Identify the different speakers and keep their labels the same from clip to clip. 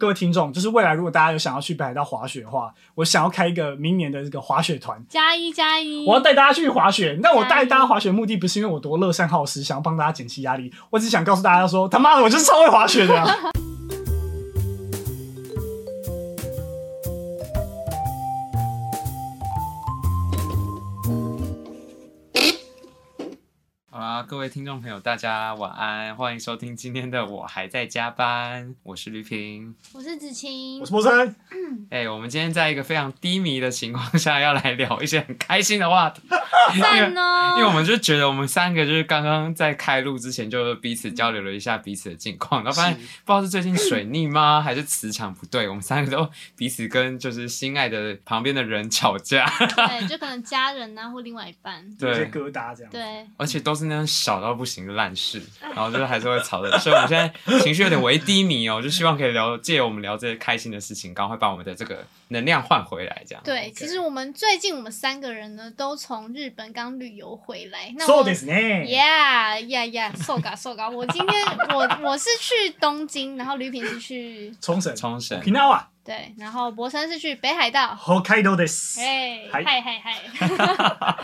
Speaker 1: 各位听众，就是未来如果大家有想要去北海道滑雪的话，我想要开一个明年的这个滑雪团，
Speaker 2: 加一加一，
Speaker 1: 我要带大家去滑雪。那我带大家滑雪的目的不是因为我多乐善好施，想要帮大家减轻压力，我只想告诉大家说，他妈的，我就是超会滑雪的、啊。
Speaker 3: 好啦，各位听众朋友，大家晚安，欢迎收听今天的《我还在加班》，我是吕平。
Speaker 2: 我是子晴
Speaker 1: 我，是波森，
Speaker 3: 哎、我们今天在一个非常低迷的情况下，要来聊一些很开心的话题，因为
Speaker 2: 赞哦，
Speaker 3: 因为我们就觉得我们三个就是刚刚在开录之前就彼此交流了一下彼此的近况，然后发现不知道是最近水逆吗，还是磁场不对，我们三个都彼此跟就是心爱的旁边的人吵架，
Speaker 2: 对，就可能家人啊或另外一半，
Speaker 1: 有些
Speaker 3: 对，
Speaker 1: 疙瘩这样。
Speaker 2: 对，
Speaker 3: 而且都是那种小到不行的烂事，然后就是还是会吵的，所以 我们现在情绪有点微低迷哦，就希望可以聊借由我们聊这些开心的事情，赶快把我们的这个能量换回来，这样。
Speaker 2: 对，其实我们最近我们三个人呢都从日本刚旅游回来，那
Speaker 1: そう
Speaker 2: 我
Speaker 1: ですね。
Speaker 2: Yeah, yeah, yeah. 受嘎受嘎，我今天我我是去东京，然后吕品是去
Speaker 1: 冲绳、
Speaker 3: 冲绳，
Speaker 1: Okinawa、
Speaker 2: 对，然后博生是去北海道。
Speaker 1: Hokkaido です。
Speaker 2: 哎，
Speaker 1: 嗨
Speaker 2: 嗨嗨嗨！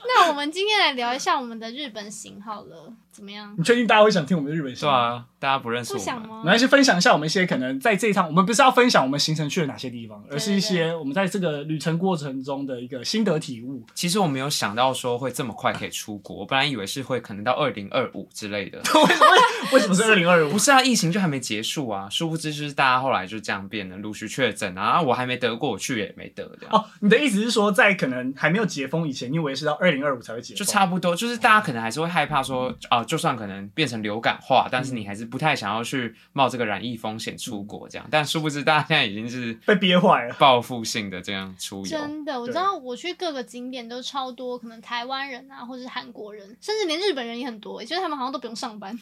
Speaker 2: 那我们今天来聊一下我们的日本行好了，怎么样？
Speaker 1: 你确定大家会想听我们的日本
Speaker 3: 对
Speaker 1: 行？。
Speaker 3: 啊，大家不认识
Speaker 2: 不
Speaker 3: 我
Speaker 2: 想
Speaker 3: 们，
Speaker 2: 吗
Speaker 1: 我？们先分享一下我们一些可能在这一趟，我们不是要分享我们行程去了哪些地方，而是一些我们在这个旅程过程中的一个心得体悟。
Speaker 3: 其实我没有想到说会这么快可以出国，我本来以为是会可能到二零二五之类的。
Speaker 1: 为什么为什么是二零二五
Speaker 3: 不？是啊，疫情就还没结束啊，殊不知就是大家后来就这样变得陆续确诊啊，啊我还没得过，我去也没得的，
Speaker 1: 哦，你的意思是说，在可能还没有解封以前，你以为是到二零二五才会解封？嗯
Speaker 3: 就差不多，就是大家可能还是会害怕说啊、就算可能变成流感化，但是你还是不太想要去冒这个染疫风险出国这样。但殊不知大家现在已经是
Speaker 1: 嗯 被憋坏了。
Speaker 3: 报复性的这样出游，
Speaker 2: 真的，我知
Speaker 1: 对
Speaker 2: 道我去各个景点都超多，可能台湾人啊，或者是韩国人，甚至连日本人也很多，欸就是他们好像都不用上班。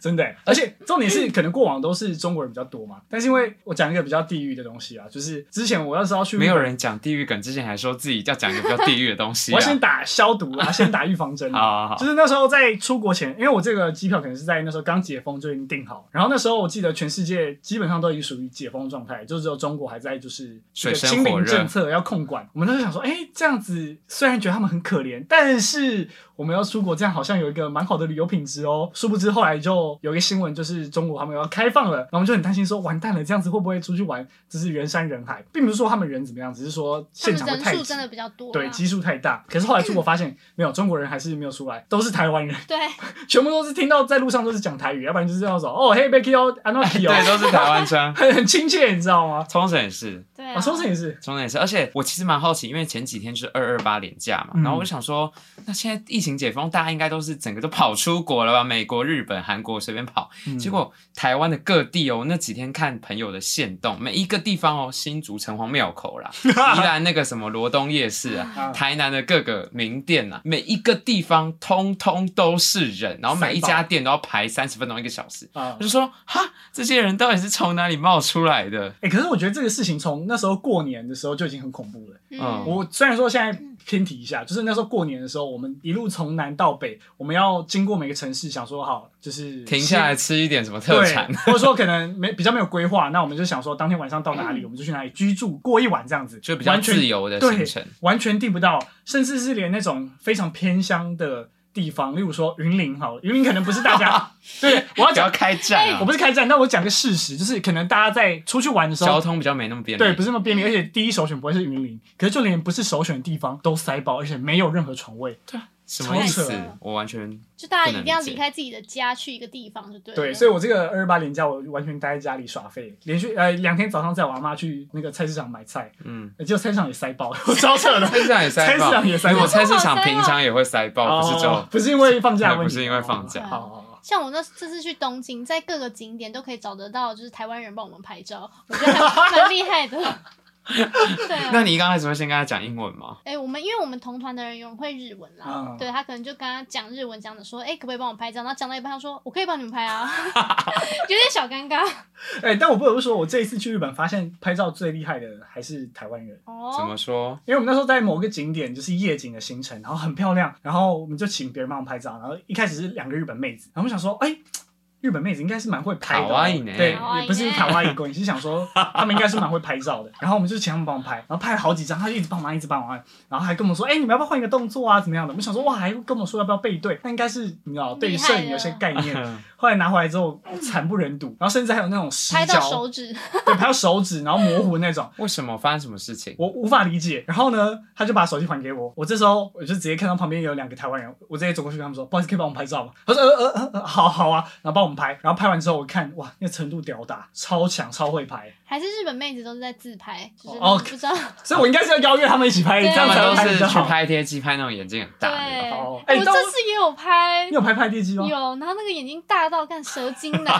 Speaker 1: 真的欸，而且重点是，可能过往都是中国人比较多嘛。但是因为我讲一个比较地域的东西啊，就是之前我要是要去，
Speaker 3: 没有，人讲地狱梗之前还说自己要讲一个比较地狱的东西
Speaker 1: 我
Speaker 3: 啊
Speaker 1: 要。先打消毒啊，先打预防 针啊。
Speaker 3: 好好
Speaker 1: 就
Speaker 3: 好，
Speaker 1: 是那时候在出国前，因为我这个机票可能是在那时候刚解封就已经订好，然后那时候我记得全世界基本上都已经属于解封状态，就只有中国还在就是这
Speaker 3: 水
Speaker 1: 个
Speaker 3: 深
Speaker 1: 清
Speaker 3: 火
Speaker 1: 零
Speaker 3: 热
Speaker 1: 政策要控管。我们那时候想说，哎、这样子虽然觉得他们很可怜，但是我们要出国，这样好像有一个蛮好的旅游品质哦。殊不知后来就有一个新闻，就是中国他们要开放了，然后我们就很担心说，完蛋了，这样子会不会出去玩就是人山人海，并不是说他们人怎么样，只是说
Speaker 2: 他
Speaker 1: 现
Speaker 2: 们
Speaker 1: 场会
Speaker 2: 人
Speaker 1: 太
Speaker 2: 数
Speaker 1: 挤
Speaker 2: 真的比较多、啊。
Speaker 1: 对基数太大。可是后来出国发现，没有中国人还是没有出来，都是台湾人。
Speaker 2: 对
Speaker 1: 全部都是听到在路上都是讲台语，要不然就是这样说哦嘿 Becky 哦 a n o k i
Speaker 3: 对，
Speaker 1: 哦，，
Speaker 3: 都是台湾腔
Speaker 1: 很很亲切，你知道吗？
Speaker 3: 冲绳也是。
Speaker 2: 对啊
Speaker 1: 啊，冲绳也是，
Speaker 3: 冲绳也是，而且我其实蛮好奇，因为前几天就是二二八连假嘛，
Speaker 1: 嗯
Speaker 3: 然后我就想说，那现在疫情解封，大家应该都是整个都跑出国了吧？美国、日本、韩国随便跑，
Speaker 1: 嗯
Speaker 3: 结果台湾的各地哦，那几天看朋友的线动，每一个地方哦，新竹城隍庙口 啦，宜兰那个什么罗东夜市啊
Speaker 1: 啊，
Speaker 3: 台南的各个名店啊，每一个地方通通都是人，然后每一家店都要排三十分钟一个小时。
Speaker 1: 啊
Speaker 3: 我。就说哈，这些人到底是从哪里冒出来的？
Speaker 1: 哎、可是我觉得这个事情从那时候过年的时候就已经很恐怖了。
Speaker 3: 嗯
Speaker 1: 我虽然说现在偏题一下，就是那时候过年的时候，我们一路从南到北，我们要经过每个城市，想说好就是
Speaker 3: 停下来吃一点什么特
Speaker 1: 对
Speaker 3: 产，
Speaker 1: 或者说可能没比较没有规划，那我们就想说当天晚上到哪
Speaker 2: 嗯
Speaker 1: 里，我们就去哪里居住过一晚这样子，
Speaker 3: 就比较
Speaker 1: 完全
Speaker 3: 自由的行程。
Speaker 1: 完全订不到，甚至是连那种非常偏乡的地方，例如说云林好了，云林可能不是大 家对我要
Speaker 3: 不要
Speaker 1: 讲，哎
Speaker 3: 开战啊
Speaker 1: 我！不是开战，但我讲个事实，就是可能大家在出去玩的时
Speaker 3: 交
Speaker 1: 候，
Speaker 3: 通比较没那么便利。
Speaker 1: 对，不是那么
Speaker 3: 嗯
Speaker 1: 便利，而且第一首选不会是云林，可是就连不是首选的地方都塞爆，而且没有任何床位，
Speaker 3: 什么意
Speaker 1: 超
Speaker 3: 思
Speaker 2: 扯？
Speaker 3: 我完全
Speaker 2: 就大家一定要
Speaker 3: 不能理解
Speaker 2: 离开自己的家去一个地方就对了。
Speaker 1: 对，所以我这个二十八年假，我完全待在家里耍废，连续呃两天早上带我阿妈去那个菜市场买菜，
Speaker 3: 嗯，
Speaker 1: 结果菜市场也塞爆， 我超扯 的，
Speaker 3: 菜市场也塞
Speaker 1: 菜市
Speaker 3: 爆
Speaker 1: 场，也塞爆
Speaker 3: 我菜市场平常也会塞爆，不是只有
Speaker 1: 哦不是因为放假的问题，
Speaker 3: 对不是因为放假
Speaker 1: 哦好好好。
Speaker 2: 像我那这次去东京，在各个景点都可以找得到，就是台湾人帮我们拍照，我觉得还蛮 厉害的。对啊，
Speaker 3: 那你刚开始会先跟他讲英文吗？
Speaker 2: 哎、我们因为我们同团的人有人会日文啦，
Speaker 1: 嗯
Speaker 2: 对他可能就跟他讲日文，讲的说，哎、可不可以帮我拍照？然后讲到一半，他说，我可以帮你们拍 啊，有点小尴尬。
Speaker 1: 哎、但我不得不说，我这一次去日本，发现拍照最厉害的还是台湾人。
Speaker 3: 怎
Speaker 2: 哦，
Speaker 3: 么说？
Speaker 1: 因为我们那时候在某个景点，就是夜景的行程，然后很漂亮，然后我们就请别人帮我们拍照，然后一开始是两个日本妹子，然后我们想说，哎、日本妹子应该是蛮会拍的哦、
Speaker 3: 卡哇伊呢
Speaker 1: 对
Speaker 2: 卡哇伊，呢
Speaker 1: 不是卡哇伊过瘾，是想说他们应该是蛮会拍照的。然后我们就请他们帮我拍，然后拍了好几张，他就一直帮我忙，一直帮我忙，然后还跟我们说，哎、你们要不要换一个动作啊，怎么样的？我们想说，哇，还跟我们说要不要背对，那应该是你知道对于摄影有些概念。后来拿回来之后惨不忍睹，然后甚至还有那种失
Speaker 2: 拍到
Speaker 1: 焦
Speaker 2: 手，指，
Speaker 1: 对，拍到手指，然后模糊的那种。
Speaker 3: 为什么发生什么事情？
Speaker 1: 我无法理解。然后呢，他就把手机还给我。我这时候我就直接看到旁边有两个台湾人，我直接走过去跟他们说：“不好意思，可以帮我们拍照吗？”他说：“呃呃呃呃，好好啊。”然后帮我们拍。然后拍完之后，我看哇，那个程度屌打，超强，超会拍。
Speaker 2: 还是日本妹子都是在自拍，就是
Speaker 1: 哦
Speaker 2: 不知道。
Speaker 1: 所以我应该是要邀约他们一起拍，这
Speaker 2: 对
Speaker 3: 他
Speaker 1: 样
Speaker 3: 们
Speaker 1: 才会拍
Speaker 3: 都
Speaker 1: 比
Speaker 3: 是
Speaker 1: 较
Speaker 3: 去
Speaker 1: 好。
Speaker 3: 拍贴机，拍那种眼睛很
Speaker 2: 对，
Speaker 3: 大的。
Speaker 1: 哦
Speaker 2: 我
Speaker 1: 哎但我
Speaker 2: 这次也有拍
Speaker 1: 你，有拍拍地基吗？
Speaker 2: 有，然后那个眼睛大到干蛇精 男，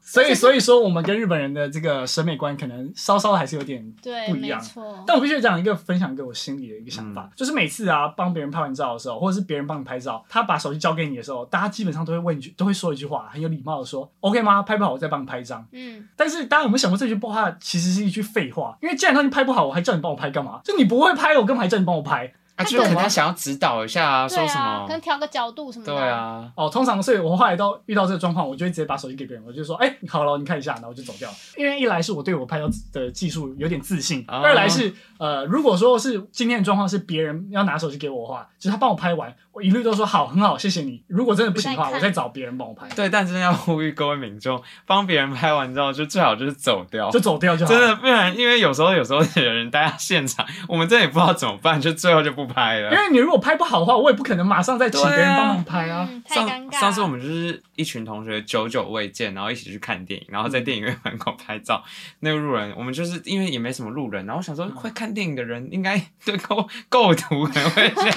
Speaker 1: 所以所以说，我们跟日本人的这个审美观可能稍稍还是有点
Speaker 2: 对，
Speaker 1: 不一
Speaker 2: 没
Speaker 1: 样
Speaker 2: 错。
Speaker 1: 但我必须讲一个分享给我心里的一个想法，就是每次啊帮别人拍完照的时候，或者是别人帮你拍照，他把手机交给你的时候，大家基本上都会问一句，都会说一句话，很有礼貌的说 “OK 吗？拍不好我再帮你拍一张。
Speaker 2: 嗯”，
Speaker 1: 但是大家有没有想过这句话其实是一句废话？因为既然都已经拍不好，我还叫你帮我拍干嘛？就你不会拍，我干嘛还叫你帮我拍？
Speaker 3: 啊，
Speaker 2: 他
Speaker 3: 就是可
Speaker 2: 懂
Speaker 3: 能
Speaker 2: 吗
Speaker 3: 想要指导一下啊，
Speaker 2: 对
Speaker 3: 说什
Speaker 2: 啊，可能
Speaker 3: 么？
Speaker 2: 调个角度什么的。嗯
Speaker 3: 对，啊，
Speaker 1: 哦，通常所以我后来到遇到这个状况，我就会直接把手机给别人，我就说：“哎、好了，你看一下。”然后我就走 掉了。因为一来是我对我拍照的技术有点自信，
Speaker 3: 哦
Speaker 1: 二来是呃，如果说是今天的状况是别人要拿手机给我的话，就是他帮我拍完，我一律都说好，很好，谢谢你。如果真的不行的
Speaker 2: 再
Speaker 1: 话，
Speaker 2: 看
Speaker 1: 我再找别人帮我拍，
Speaker 3: 对，但真的要呼吁各位民众，帮别人拍完之后，就最好就是走掉
Speaker 1: 就。走掉就好。
Speaker 3: 真的，不然因为有时候有时候有人待在现场，我们这也不知道怎么办，就最后就不拍
Speaker 1: 因
Speaker 2: 嗯
Speaker 3: 了。
Speaker 1: 为你如果拍不好的话，我也不可能马上再请别人帮忙拍啊。
Speaker 2: 嗯，太尴
Speaker 3: 上
Speaker 2: 尬了。
Speaker 3: 上次我们就是一群同学久久未见，然后一起去看电影，然后
Speaker 2: 嗯
Speaker 3: 在电影院门口拍照。那个路人，我们就是因为也没什么路人，然后我想说，
Speaker 2: 嗯
Speaker 3: 会看电影的人应该 对构构图可能会有一些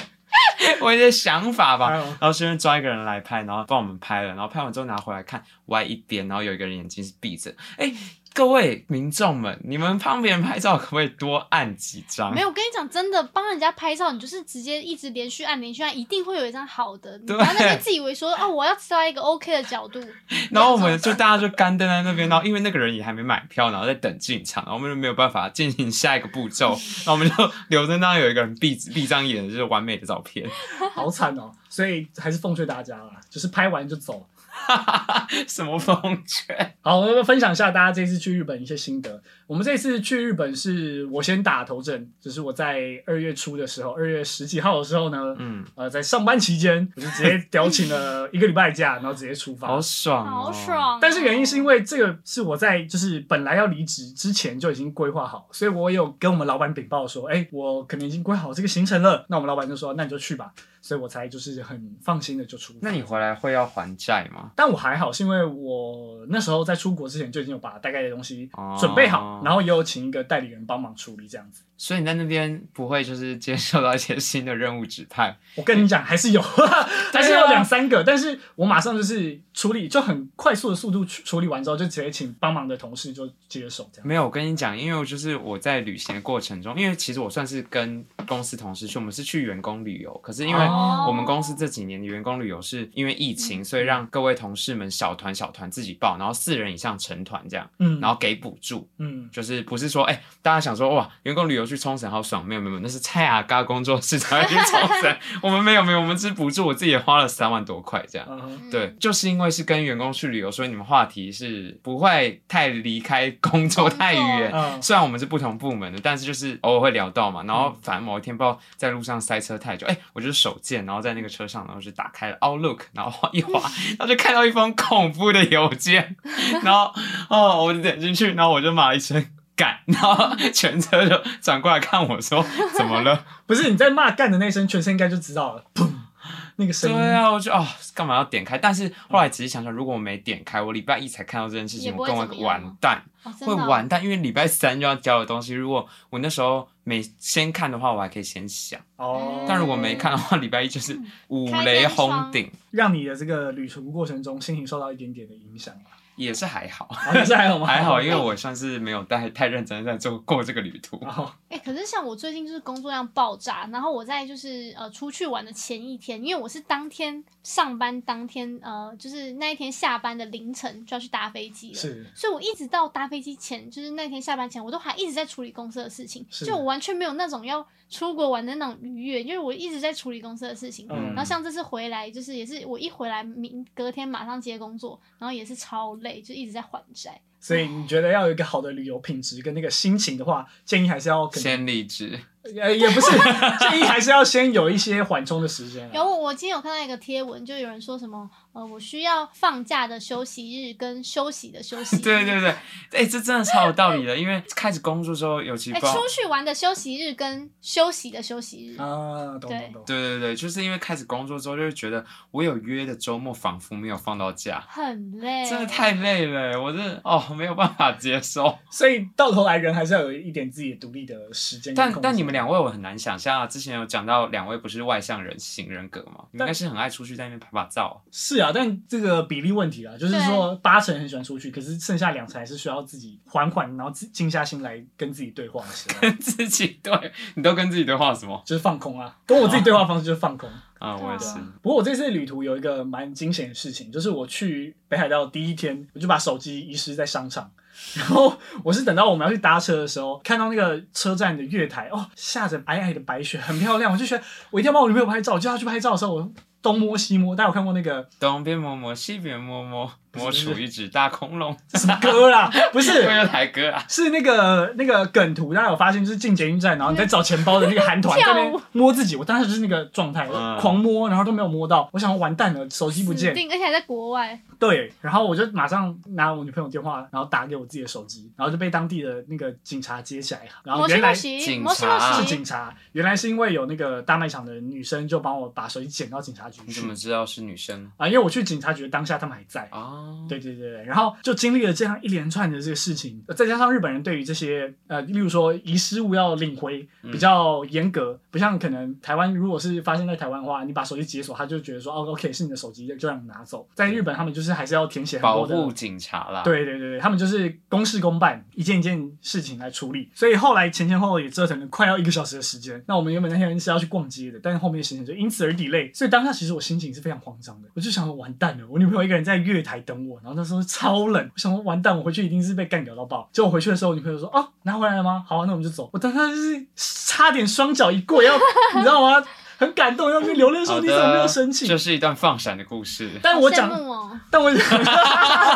Speaker 3: 我一些想法吧。
Speaker 1: 哎呦
Speaker 3: 然后随便抓一个人来拍，然后帮我们拍了，然后拍完之后拿回来看，歪一边，然后有一个人眼睛是闭着。哎，各位民众们，你们帮别人拍照可不可以多按几张
Speaker 2: 没？有，我跟你讲，真的帮人家拍照，你就是直接一直连续按，连续按，一定会有一张好的。你不
Speaker 3: 对
Speaker 2: 要在那边自以为说哦，我要知道一个 OK 的角度。
Speaker 3: 然后我们就大家就干瞪在那边，然后因为那个人也还没买票，然后在等进场，然后我们就没有办法进行下一个 步骤，然后我们就留着那有一个人闭闭张眼，就是完美的照片，
Speaker 1: 好惨哦。所以还是奉劝大家啦，就是拍完就走。
Speaker 3: 什么风嗯圈？
Speaker 1: 好，我们分享一下大家这次去日本一些心得。我们这次去日本是我先打头阵，就是我在二月初的时候，二月十几号的时候呢，
Speaker 3: 嗯，
Speaker 1: 呃，在上班期间，我就直接调请了一个礼拜假，然后直接出发
Speaker 3: 好。爽、哦，
Speaker 2: 好。爽、哦
Speaker 1: 但是原因是因为这个是我在就是本来要离职之前就已经规划好，所以我有跟我们老板禀报说，哎、我可能已经规划好这个行程了。那我们老板就说，那你就去吧。所以我才就是很放心的就出发。
Speaker 3: 那你回来会要还债吗？
Speaker 1: 但我还好，是因为我那时候在出国之前就已经有把大概的东西
Speaker 3: 哦
Speaker 1: 准备好，然后也有请一个代理人帮忙处理这样子。
Speaker 3: 所以你在那边不会就是接受到一些新的任务指派，
Speaker 1: 我跟你讲，还 是有，还是有两三个，但是我马上就是处理，就很快速的速度处处理完之后，就直接请帮忙的同事就接手这样。
Speaker 3: 没有，我跟你讲，因为我就是我在旅行的过程中，因为其实我算是跟公司同事去，我们是去员工旅游，可是因为
Speaker 1: 哦
Speaker 3: 我
Speaker 2: 嗯
Speaker 3: 们公司这几年的员工旅游是因为疫情，所以让各位同事们小团小团自己报，然后四人以上成团这样，
Speaker 1: 嗯，
Speaker 3: 然后给补助，
Speaker 1: 嗯，
Speaker 3: 就是不是说哎、大家想说哇员工旅游去冲绳好爽，没有没有，没有那是蔡雅嘎工作室才会去冲绳， 我们没有没有，我们只补助，我自己也花了三万多块这样。
Speaker 1: 嗯哼
Speaker 3: 对，就是因为是跟员工去旅游，所以你们话题是不会太离开
Speaker 2: 工
Speaker 3: 工作
Speaker 2: 作
Speaker 3: 太远。
Speaker 1: 嗯
Speaker 3: 虽然我们是不同部门的，但是就是偶尔会聊到嘛。然后反正某一天不知道在路上塞车太久，哎、我就是手贱，然后在那个车上，然后就打开了 Outlook，然后一滑，然后就看到一封恐怖的邮件，然后哦，我就点进去，然后我就骂了一声。干，然后全车就转过来看我说怎么了？
Speaker 1: 不是你在骂干的那一声，全身应该就知道了，砰，那个声音。
Speaker 3: 对啊，我就哦，干嘛要点开？但是后来仔细想想，如果我没点开，我礼拜一才看到这件事
Speaker 2: 也
Speaker 3: 情，
Speaker 2: 不
Speaker 3: 我
Speaker 2: 会
Speaker 3: 跟我
Speaker 2: 怎么样
Speaker 3: 完蛋，
Speaker 2: 哦、真
Speaker 3: 会
Speaker 2: 的哦
Speaker 3: 完蛋，因为礼拜三就要交的东西，如果我那时候没先看的话，我还可以先想；
Speaker 1: 哦，
Speaker 3: 但如果没看的话，礼拜一就是五
Speaker 2: 开
Speaker 3: 雷
Speaker 2: 天
Speaker 3: 轰
Speaker 2: 窗
Speaker 3: 顶，
Speaker 1: 让你的这个旅途过程中心情受到一点点的影响啊，
Speaker 3: 也是还好，
Speaker 1: 然后现在还好吗？
Speaker 3: 还好，因为我算是没有太太认真地在做过这个旅途。
Speaker 1: 然后
Speaker 2: 哎、可是像我最近就是工作量爆炸，然后我在就是呃出去玩的前一天，因为我是当天上班当天，呃，就是那一天下班的凌晨就要去搭飞机了。
Speaker 1: 是
Speaker 2: 所以我一直到搭飞机前，就是那天下班前，我都还一直在处理公司的事情，
Speaker 1: 是
Speaker 2: 就我完全没有那种要出国玩的那种愉悦，因为我一直在处理公司的事情。
Speaker 1: 嗯
Speaker 2: 然后像这次回来，就是也是我一回来，明隔天马上接工作，然后也是超累，就一直在还债。
Speaker 1: 所以你觉得要有一个好的旅游品质跟那个心情的话，建议还是要可能
Speaker 3: 先励志，
Speaker 1: 呃也不是 建议还是要先有一些缓冲的时间啊。
Speaker 2: 然后我今天有看到一个贴文，就有人说什么，呃，我需要放假的休息日跟休息的休息日。
Speaker 3: 对对对，哎、这真的超有道理的，因为开始工作之后，尤其
Speaker 2: 哎、
Speaker 3: 不知道
Speaker 2: 出去玩的休息日跟休息的休息日，
Speaker 1: 啊，懂懂
Speaker 2: 对
Speaker 1: 懂。
Speaker 3: 对对对，就是因为开始工作之后，就会觉得我有约的周末仿佛没有放到假，
Speaker 2: 很累，
Speaker 3: 真的太累了，我真的哦没有办法 接受。
Speaker 1: 所以到头来人还是要有一点自己独立的时间跟
Speaker 3: 但
Speaker 1: 空间。
Speaker 3: 但你们两位我很难想象啊，之前有讲到两位不是外向人型人格吗？你们应该是很爱出去在那边拍拍照，
Speaker 1: 是啊，但这个比例问题啊，就是
Speaker 2: 对
Speaker 1: 说八成很喜欢出去，可是剩下两成还是需要自己缓缓，然后自静下心来跟自己对话的时候，
Speaker 3: 自己对你都跟自己对话什么？
Speaker 1: 就是放空啊。跟我自己对话方式就是放空。
Speaker 3: 啊、我也
Speaker 2: 对
Speaker 3: 是
Speaker 2: 啊。
Speaker 1: 不过我这次旅途有一个蛮惊险的事情，就是我去北海道第一天，我就把手机遗失在商场。然后我是等到我们要去搭车的时候，看到那个车站的月台，哦，下着皑皑的白雪，很漂亮，我就觉得我一定要帮我女朋友拍照，就要去拍照的时候，我东摸西摸。大家有看过那个
Speaker 3: 东边摸摸，西边摸摸，摸
Speaker 1: 不是
Speaker 3: 出一只大恐龙。
Speaker 1: 什么歌啦？不是，
Speaker 3: 又来歌 啊！
Speaker 1: 是那个那个梗图，大家有发现，就是进捷运站，然后你在找钱包的那个韩团在
Speaker 2: 跳舞
Speaker 1: 那边摸自己，我当时就是那个状态，
Speaker 3: 嗯
Speaker 1: 狂摸，然后都没有摸到，我想完蛋了，手机不
Speaker 2: 死
Speaker 1: 见，
Speaker 2: 定，而且还在国外，
Speaker 1: 对，然后我就马上拿我女朋友电话，然后打给我自己的手机，然后就被当地的那个警察接起来，然后
Speaker 2: 摩
Speaker 1: 原
Speaker 2: 西摩
Speaker 1: 来。
Speaker 2: 西，
Speaker 3: 警
Speaker 2: 摩西
Speaker 3: 察
Speaker 2: 摩
Speaker 1: 是
Speaker 2: 西
Speaker 1: 啊警，察，原来是因为有那个大卖场的女生就帮我把手机捡到警察局
Speaker 3: 你
Speaker 1: 去
Speaker 3: 怎么知道是女生
Speaker 1: 啊，因为我去警察局的当下他们还在，
Speaker 3: 啊？
Speaker 1: 对对对对，然后就经历了这样一连串的这个事情，呃再加上日本人对于这些呃，例如说遗失物要领回
Speaker 3: 嗯
Speaker 1: 比较严格，不像可能台湾，如果是发现在台湾的话，你把手机解锁，他就觉得说哦，OK 是你的手机，就让你拿走。在日本，他们就是还是要填写很多
Speaker 3: 保
Speaker 1: 的
Speaker 3: 护警察啦。，
Speaker 1: 对对对对，他们就是公事公办，一件一件事情来处理。所以后来前前后后也折腾了快要一个小时的时间。那我们原本那天是要去逛街的，但是后面的行程就因此而 delay。所以当下其实我心情是非常慌张的，我就想说完蛋了，我女朋友一个人在月台等我，然后那时候超冷，我想说完蛋，我回去一定是被干掉到爆。结果回去的时候，我女朋友说哦拿回来了吗？好、啊，那我们就走。我当下就是差点双脚一跪，要你知道吗？很感动，要去流泪
Speaker 3: 好
Speaker 1: 说你怎么没有
Speaker 3: 的
Speaker 1: 生，气
Speaker 3: 这？是一段放闪的故事。
Speaker 1: 但
Speaker 2: 好
Speaker 1: 我
Speaker 2: 羡
Speaker 1: 讲，
Speaker 2: 慕哦，
Speaker 1: 但我讲，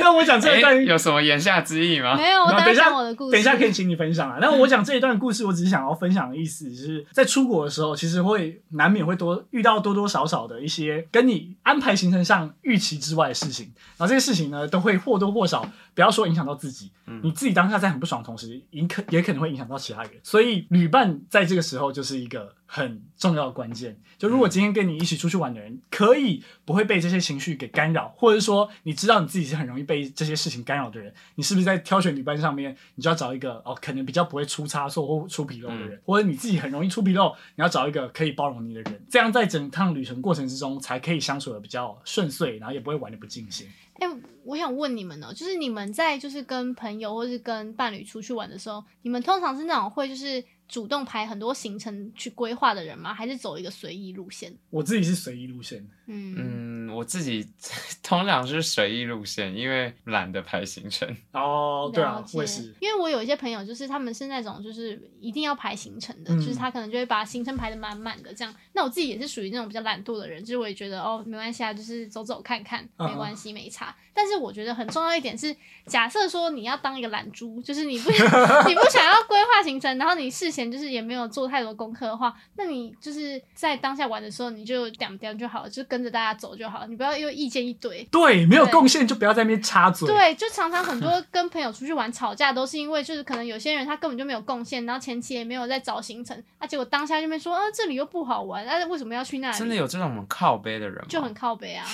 Speaker 1: 但我 讲这一
Speaker 3: 哎
Speaker 1: 段、，
Speaker 3: 有什么言下之意吗？
Speaker 2: 没有，我
Speaker 1: 然后
Speaker 2: 等
Speaker 1: 等一下
Speaker 2: 讲我的故事，
Speaker 1: 等一下可以请你分享啊。但我讲这一段故事，我只是想要分享的意思是，在出国的时候，其实会难免会多遇到多多少少的一些跟你安排行程上预期之外的事情，然后这些事情呢，都会或多或少，不要说影响到自己，
Speaker 3: 嗯
Speaker 1: 你自己当下在很不爽的同时，也可也可能会影响到其他人，所以旅伴在这个时候就是一个很重要的关键。就如果今天跟你一起出去玩的人，可以不会被这些情绪给干扰，或者说你知道你自己是很容易被这些事情干扰的人，你是不是在挑选旅伴上面，你就要找一个哦，可能比较不会出差错或出纰漏的人，或者你自己很容易出纰漏，你要找一个可以包容你的人，这样在整趟旅程过程之中才可以相处的比较顺遂，然后也不会玩的不尽兴。
Speaker 2: 哎、我想问你们哦、就是你们在就是跟朋友或是跟伴侣出去玩的时候，你们通常是那种会就是主动排很多行程去规划的人吗？还是走一个随意路线？
Speaker 1: 我自己是随意路线的，
Speaker 2: 嗯，
Speaker 3: 嗯，我自己 通常是随意路线，因为懒得排行程。
Speaker 1: 哦，对
Speaker 2: 了
Speaker 1: 啊，
Speaker 2: 解
Speaker 1: 我也是。
Speaker 2: 因为我有一些朋友，就是他们是那种就是一定要排行程的，
Speaker 1: 嗯
Speaker 2: 就是他可能就会把行程排的满满的这样。那我自己也是属于那种比较懒惰的人，就是我也觉得哦没关系啊，就是走走看看，
Speaker 1: 嗯
Speaker 2: 没关系没差。但是我觉得很重要一点是，假设说你要当一个懒猪，就是你不 你不想要规划行程，然后你事前就是也没有做太多功课的话，那你就是在当下玩的时候你就点点就好了，就跟着大家走就好了，你不要又意见一堆。
Speaker 1: 对，没有
Speaker 2: 对
Speaker 1: 贡献就不要在那边插嘴。
Speaker 2: 对，就常常很 多跟朋友出去玩吵架，都是因为就是可能有些人他根本就没有贡献，然后前期也没有在找行程，啊，结果当下就被说啊这里又不好玩，啊为什么要去那里？
Speaker 3: 真的有这种靠背的人吗？
Speaker 2: 就很靠 北啊，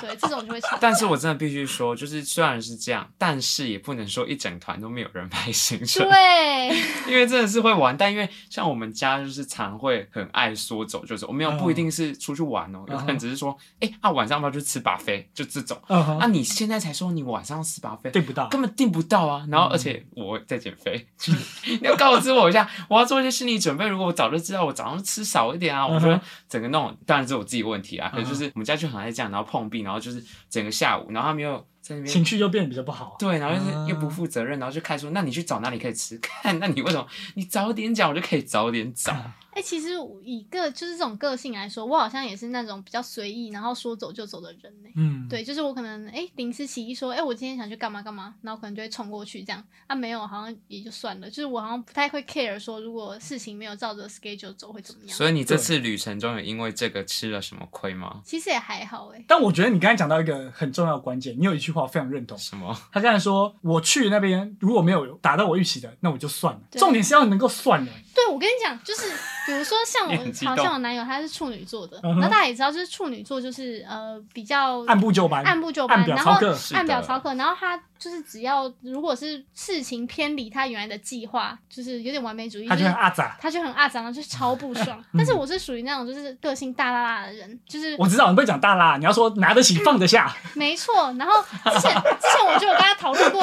Speaker 2: 对，这种就会吵。
Speaker 3: 但是我真的必须说，就是虽然是这样，但是也不能说一整团都没有人排行程，
Speaker 2: 对，
Speaker 3: 因为真的是会玩，但因为像我们家就是常会很爱说走就走，我没有
Speaker 1: 嗯
Speaker 3: 不一定是出去玩哦，有可能只是说，哎、啊晚上要不要去吃巴菲，就这种。
Speaker 1: 嗯
Speaker 3: 啊，
Speaker 1: 哼，
Speaker 3: 你现在才说你晚上吃巴菲，
Speaker 1: 对不到，
Speaker 3: 根本订不到啊。然后而且
Speaker 1: 嗯
Speaker 3: 我在减肥， 你要告知我一下，我要做一些心理准备。如果我早就知道我早上吃少一点啊，我觉
Speaker 1: 嗯
Speaker 3: 得整个那种当然是我自己问题啊，可是
Speaker 1: 嗯
Speaker 3: 就是我们家就很爱这样，然后碰壁，然后就是整个下午，然后他们又在那边
Speaker 1: 情绪就变得比较不好啊。
Speaker 3: 对，然后就是又不
Speaker 1: 啊
Speaker 3: 负责任，然后就开始说，那你去找哪里可以吃？ 看，那你为什么你早点讲，我就可以早点找。
Speaker 1: 嗯
Speaker 2: 哎、其实我以个就是这种个性来说，我好像也是那种比较随意，然后说走就走的人呢、
Speaker 1: 嗯，
Speaker 2: 对，就是我可能哎临时起意说，哎、我今天想去干嘛干嘛，然后可能就会冲过去这样。啊，没有，好像也就算了。就是我好像不太会 care 说，如果事情没有照着 schedule 走会怎么样。
Speaker 3: 所以你这
Speaker 1: 对
Speaker 3: 次旅程中有因为这个吃了什么亏吗？
Speaker 2: 其实也还好哎、
Speaker 1: 但我觉得你刚才讲到一个很重要的关键，你有一句话我非常认同。
Speaker 3: 什么？
Speaker 1: 他刚才说，我去那边如果没有达到我预期的，那我就算了。
Speaker 2: 对
Speaker 1: 重点是要能够算了。
Speaker 2: 对，我跟你讲，就是比如说 像我
Speaker 3: 你很激
Speaker 2: 好
Speaker 3: 动
Speaker 2: 像我男友他是处女座的，
Speaker 1: 嗯
Speaker 2: 然
Speaker 1: 哼
Speaker 2: 后大家也知道，就是处女座就是呃比较
Speaker 1: 按部就班，
Speaker 2: 按部就班，
Speaker 1: 按表
Speaker 2: 然
Speaker 1: 操
Speaker 2: 后
Speaker 1: 课
Speaker 3: 是
Speaker 2: 按表
Speaker 3: 的
Speaker 2: 操课，然后他就是只要如果是事情偏离他原来的计划，就是有点完美主义，
Speaker 1: 他就
Speaker 2: 就
Speaker 1: 很
Speaker 2: 是
Speaker 1: 阿杂。
Speaker 2: 他就很阿脏，就是超不爽。 但是我是属于那种就是个性大辣辣的人，就是
Speaker 1: 我知道你不会讲大啦，你要说拿得起放得下。
Speaker 2: 没错。然后之前之前我就有跟他讨论过，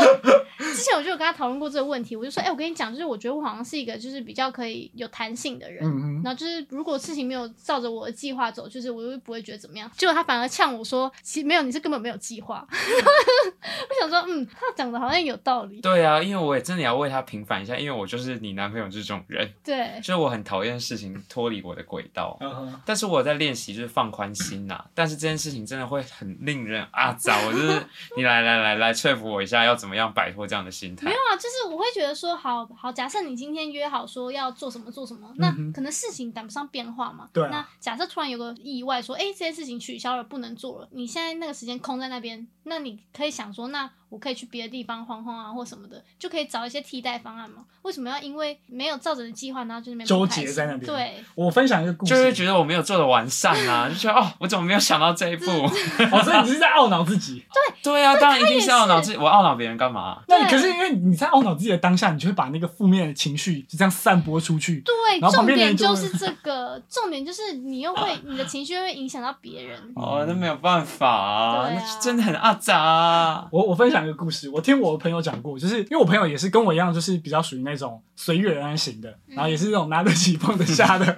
Speaker 2: 之前我就有跟他讨论过这个问题，我就说，哎、我跟你讲，就是我觉得我好像是一个就是比较可以有弹性的人，
Speaker 1: 嗯嗯，
Speaker 2: 然后就是，如果事情没有照着我的计划走，就是我又不会觉得怎么样。结果他反而呛我说：“其实没有，你是根本没有计划。” 我想说，嗯，他讲的好像有道理。
Speaker 3: 对啊，因为我也真的要为他平反一下，因为我就是你男朋友这种人，
Speaker 2: 对，
Speaker 3: 就是我很讨厌事情脱离我的轨道。
Speaker 1: 嗯哼
Speaker 3: 但是我在练习，就是放宽心呐、但是这件事情真的会很令人啊糟，我就是你来来来来说服我一下，要怎么样摆脱这样的心态
Speaker 2: 没？有啊，就是我会觉得说，好好，假设你今天约好说要做什么做什么，那
Speaker 1: 嗯哼
Speaker 2: 可能事情赶不上变化嘛。
Speaker 1: 对啊
Speaker 2: 那假设突然有个意外说，哎、这件事情取消了，不能做了，你现在那个时间空在那边，那你可以想说，那我可以去别的地方晃晃啊，或什么的，就可以找一些替代方案嘛。为什么要因为没有照着的计划，然后就那边
Speaker 1: 纠
Speaker 2: 不开
Speaker 1: 结
Speaker 2: 心
Speaker 1: 在那边
Speaker 2: 对，
Speaker 1: 我分享一个故事，
Speaker 3: 就会觉得我没有做的完善啊，就觉得哦，我怎么没有想到这一步？
Speaker 1: 哦，所以你是在懊恼自 己。
Speaker 3: 对啊，当然一定是
Speaker 2: 他也
Speaker 3: 懊
Speaker 2: 是
Speaker 3: 恼自己，我懊恼别人干嘛？
Speaker 1: 那你
Speaker 2: 对
Speaker 1: 可是因为你在懊恼自己的当下，你就会把那个负面的情绪就这样散播出去。
Speaker 2: 对，
Speaker 1: 然后旁
Speaker 2: 重
Speaker 1: 边的人
Speaker 2: 点
Speaker 1: 就
Speaker 2: 就
Speaker 1: 会
Speaker 2: 是这个， 重点就是你又 会，你的情绪又会影响到别人。
Speaker 3: 哦，那没有办法、啊，
Speaker 2: 对啊
Speaker 3: 那真的很阿杂、啊。
Speaker 1: 我我分享一个故事，我听我朋友讲过，就是因为我朋友也是跟我一样，就是比较属于那种随遇而安型的，然后也是那种拿得起放得下的，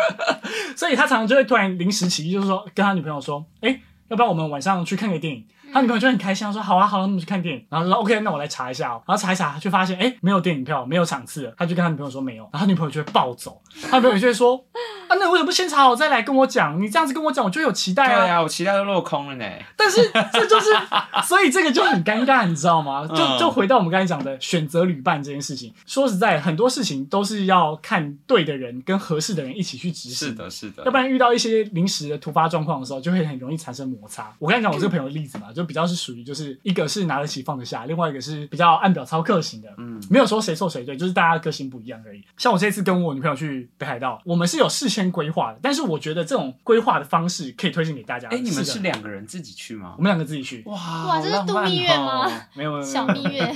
Speaker 1: 所以他常常就会突然临时起意，就是说跟他女朋友说，哎、要不然我们晚上去看个电影？他女朋友就很开心，她说好啊好啊，那我们去看电影。然后就说 OK，那我来查一下、哦。然后查一查，就发现哎、诶没有电影票，没有场次了。他就跟他女朋友说没有，然后他女朋友就会暴走，他女朋友就会说啊，那你为什么不先查好再来跟我讲？你这样子跟我讲，我就有期待
Speaker 3: 对
Speaker 1: 啊。
Speaker 3: 啊，我期待都落空了呢。
Speaker 1: 但 是这就是，所以这个就很尴尬，你知道吗？
Speaker 3: 嗯
Speaker 1: 就就回到我们刚才讲的选择旅伴这件事情。说实在，很多事情都是要看对的人跟合适的人一起去执行。
Speaker 3: 是，的，是的
Speaker 1: 要。不然遇到一些临时的突发状况的时候，就会很容易产生摩擦。我刚才讲我这个朋友的例子嘛，就比较是属于就是一个是拿得起放得下，另外一个是比较按表操课型的。
Speaker 3: 嗯，
Speaker 1: 没有说谁错谁对，就是大家个性不一样而已。像我这次跟我女朋友去北海道，我们是有事先规划的，但是我觉得这种规划的方式可以推荐给大家。
Speaker 3: 哎，你们是
Speaker 1: 的
Speaker 3: 两个人自己去吗
Speaker 1: 我？们两个自己去。
Speaker 3: 哇
Speaker 2: 哇这是度蜜月吗？
Speaker 3: 好浪漫哦
Speaker 1: 没有没有
Speaker 2: 嗯小
Speaker 1: 没
Speaker 2: 蜜月，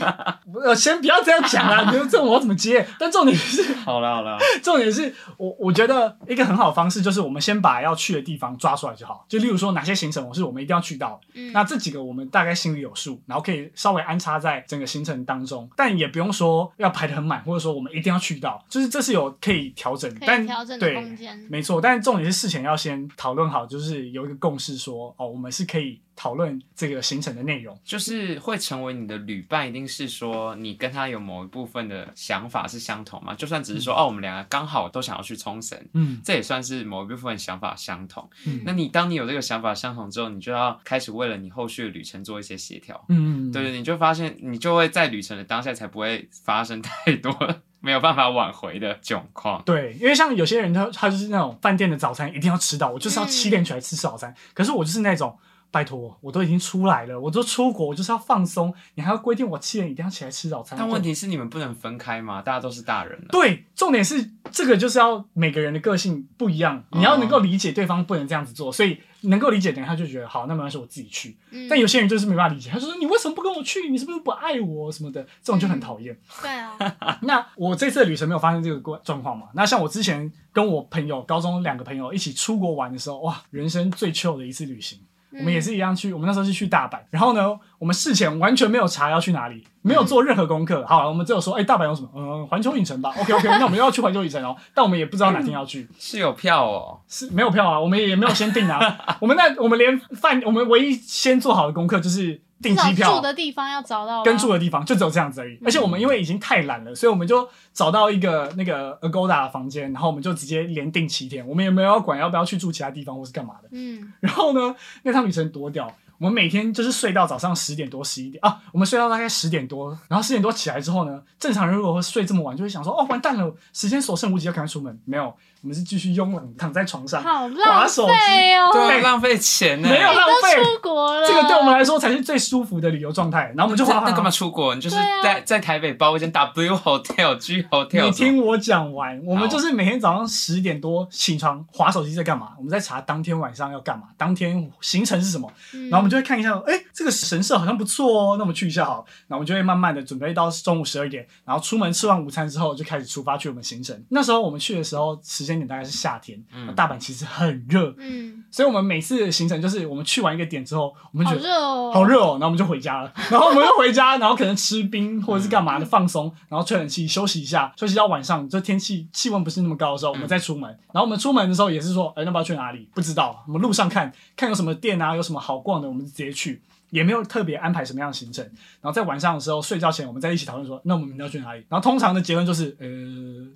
Speaker 1: 有，呃，先不要这样讲 啦，你说这种我要怎么接？但重点是，
Speaker 3: 好了好了，
Speaker 1: 重点是我我觉得一个很好的方式就是我们先把要去的地方抓出来就好。就例如说哪些行程我是我们一定要去到的，
Speaker 2: 嗯，
Speaker 1: 那这几个我们大概心里有数，然后可以稍微安插在整个行程当中，但也不用说要排得很满，或者说我们一定要去到，就是这是有可以调整，
Speaker 2: 可
Speaker 1: 但
Speaker 2: 以调整的空
Speaker 1: 对。
Speaker 2: 间。
Speaker 1: 没错，但重点是事前要先讨论好，就是有一个共识说，哦，我们是可以讨论这个行程的内容。
Speaker 3: 就是会成为你的旅伴，一定是说你跟他有某一部分的想法是相同嘛？就算只是说、哦，我们两个刚好都想要去冲绳，
Speaker 1: 嗯
Speaker 3: 这也算是某一部分想法相同。
Speaker 1: 嗯
Speaker 3: 那你当你有这个想法相同之后，你就要开始为了你后续的旅程做一些协调。
Speaker 1: 嗯，嗯
Speaker 3: 对，你就发现你就会在旅程的当下才不会发生太多 没有办法挽回的窘况。
Speaker 1: 对，因为像有些人他他就是那种饭店的早餐一定要吃到，我就是要
Speaker 2: 嗯
Speaker 1: 七点起来吃早餐。可是我就是那种拜托，我都已经出来了，我都出国，我就是要放松，你还要规定我七点一定要起来吃早餐？
Speaker 3: 但问题是你们不能分开嘛，大家都是大人了。
Speaker 1: 对，重点是这个就是要每个人的个性不一样，你要能够理解对方不能这样子做，所以能够理解的人他就觉得好，那没关系，我自己去。
Speaker 2: 嗯，
Speaker 1: 但有些人就是没办法理解，他就说你为什么不跟我去？你是不是不爱我什么的？这种就很讨厌。
Speaker 2: 对 啊，
Speaker 1: 那我这次的旅程没有发生这个过状况嘛？那像我之前跟我朋友，高中两个朋友一起出国玩的时候，哇，人生最 chill 的一次旅行。我们也是一样去，我们那时候是去大阪，然后呢，我们事前完全没有查要去哪里，没有做任何功课。好，我们只有说，哎、大阪有什么？嗯，环球影城吧。OK OK，那我们要去环球影城哦，但我们也不知道哪天要去，
Speaker 3: 是有票哦，
Speaker 1: 是没有票啊，我们也没有先订啊。我们那我们连饭，我们唯一先做好的功课就是订
Speaker 2: 至少
Speaker 1: 机票，
Speaker 2: 住的地方要找
Speaker 3: 哦
Speaker 2: 到啊，
Speaker 1: 跟住的地方就只有这样子而
Speaker 3: 嗯
Speaker 1: 已。而且我们因为已经太懒了，所以我们就找到一个那个 Agoda 的房间，然后我们就直接连订七天，我们也没有要管要不要去住其他地方或是干嘛的。
Speaker 2: 嗯，
Speaker 1: 然后呢，那趟旅程多屌！我们每天就是睡到早上十点多、十一点啊，我们睡到大概十点多，然后十点多起来之后呢，正常人如果睡这么晚，就会想说哦完蛋了，时间所剩无几，要赶快出门。没有，我们是继续慵懒躺在床上，
Speaker 2: 好
Speaker 1: 嗯划
Speaker 2: 浪
Speaker 1: 手机
Speaker 2: 费哦，
Speaker 3: 对啊，
Speaker 1: 对
Speaker 3: 浪费钱呢。
Speaker 1: 没有
Speaker 2: 你
Speaker 1: 浪费
Speaker 2: 都出国了，
Speaker 1: 这个对我们来说才是最舒服的旅游状态。然后我们就
Speaker 3: 这
Speaker 1: 滑
Speaker 3: 那
Speaker 1: 滑
Speaker 3: 干嘛
Speaker 1: 滑。
Speaker 3: 出国？你就是
Speaker 2: 对啊
Speaker 3: 在在台北包一间 W Hotel、G
Speaker 1: 你
Speaker 3: Hotel 什么。
Speaker 1: 听我讲完，我们
Speaker 3: 好
Speaker 1: 就是每天早上十点多起床，划手机在干嘛？我们在查当天晚上要干嘛，当天行程是什么，
Speaker 2: 嗯，
Speaker 1: 然后我们就会看一下，哎、这个神社好像不错哦，那我们去一下好了。然后我们就会慢慢的准备到中午十二点，然后出门吃完午餐之后就开始出发去我们行程。那时候我们去的时候时间点大概是夏天，
Speaker 3: 嗯
Speaker 1: 大阪其实很热，
Speaker 2: 嗯，
Speaker 1: 所以我们每次的行程就是我们去完一个点之后，我们
Speaker 2: 好
Speaker 1: 觉得。
Speaker 2: 热哦，
Speaker 1: 好，热哦，然后我们就回家了， 然后我们又回家，然后可能吃冰或者是干嘛的
Speaker 2: 嗯
Speaker 1: 放松，然后吹冷气休息一下，休息到晚上，就天气气温不是那么高的时候，我们
Speaker 2: 嗯
Speaker 1: 再出门。然后我们出门的时候也是说，哎，要不要去哪里？不知道，我们路上看看有什么店啊，有什么好逛的，我们就直接去，也没有特别安排什么样的行程。然后在晚上的时候睡觉前，我们再一起讨论说，那我们明天要去哪里？然后通常的结论就是，呃，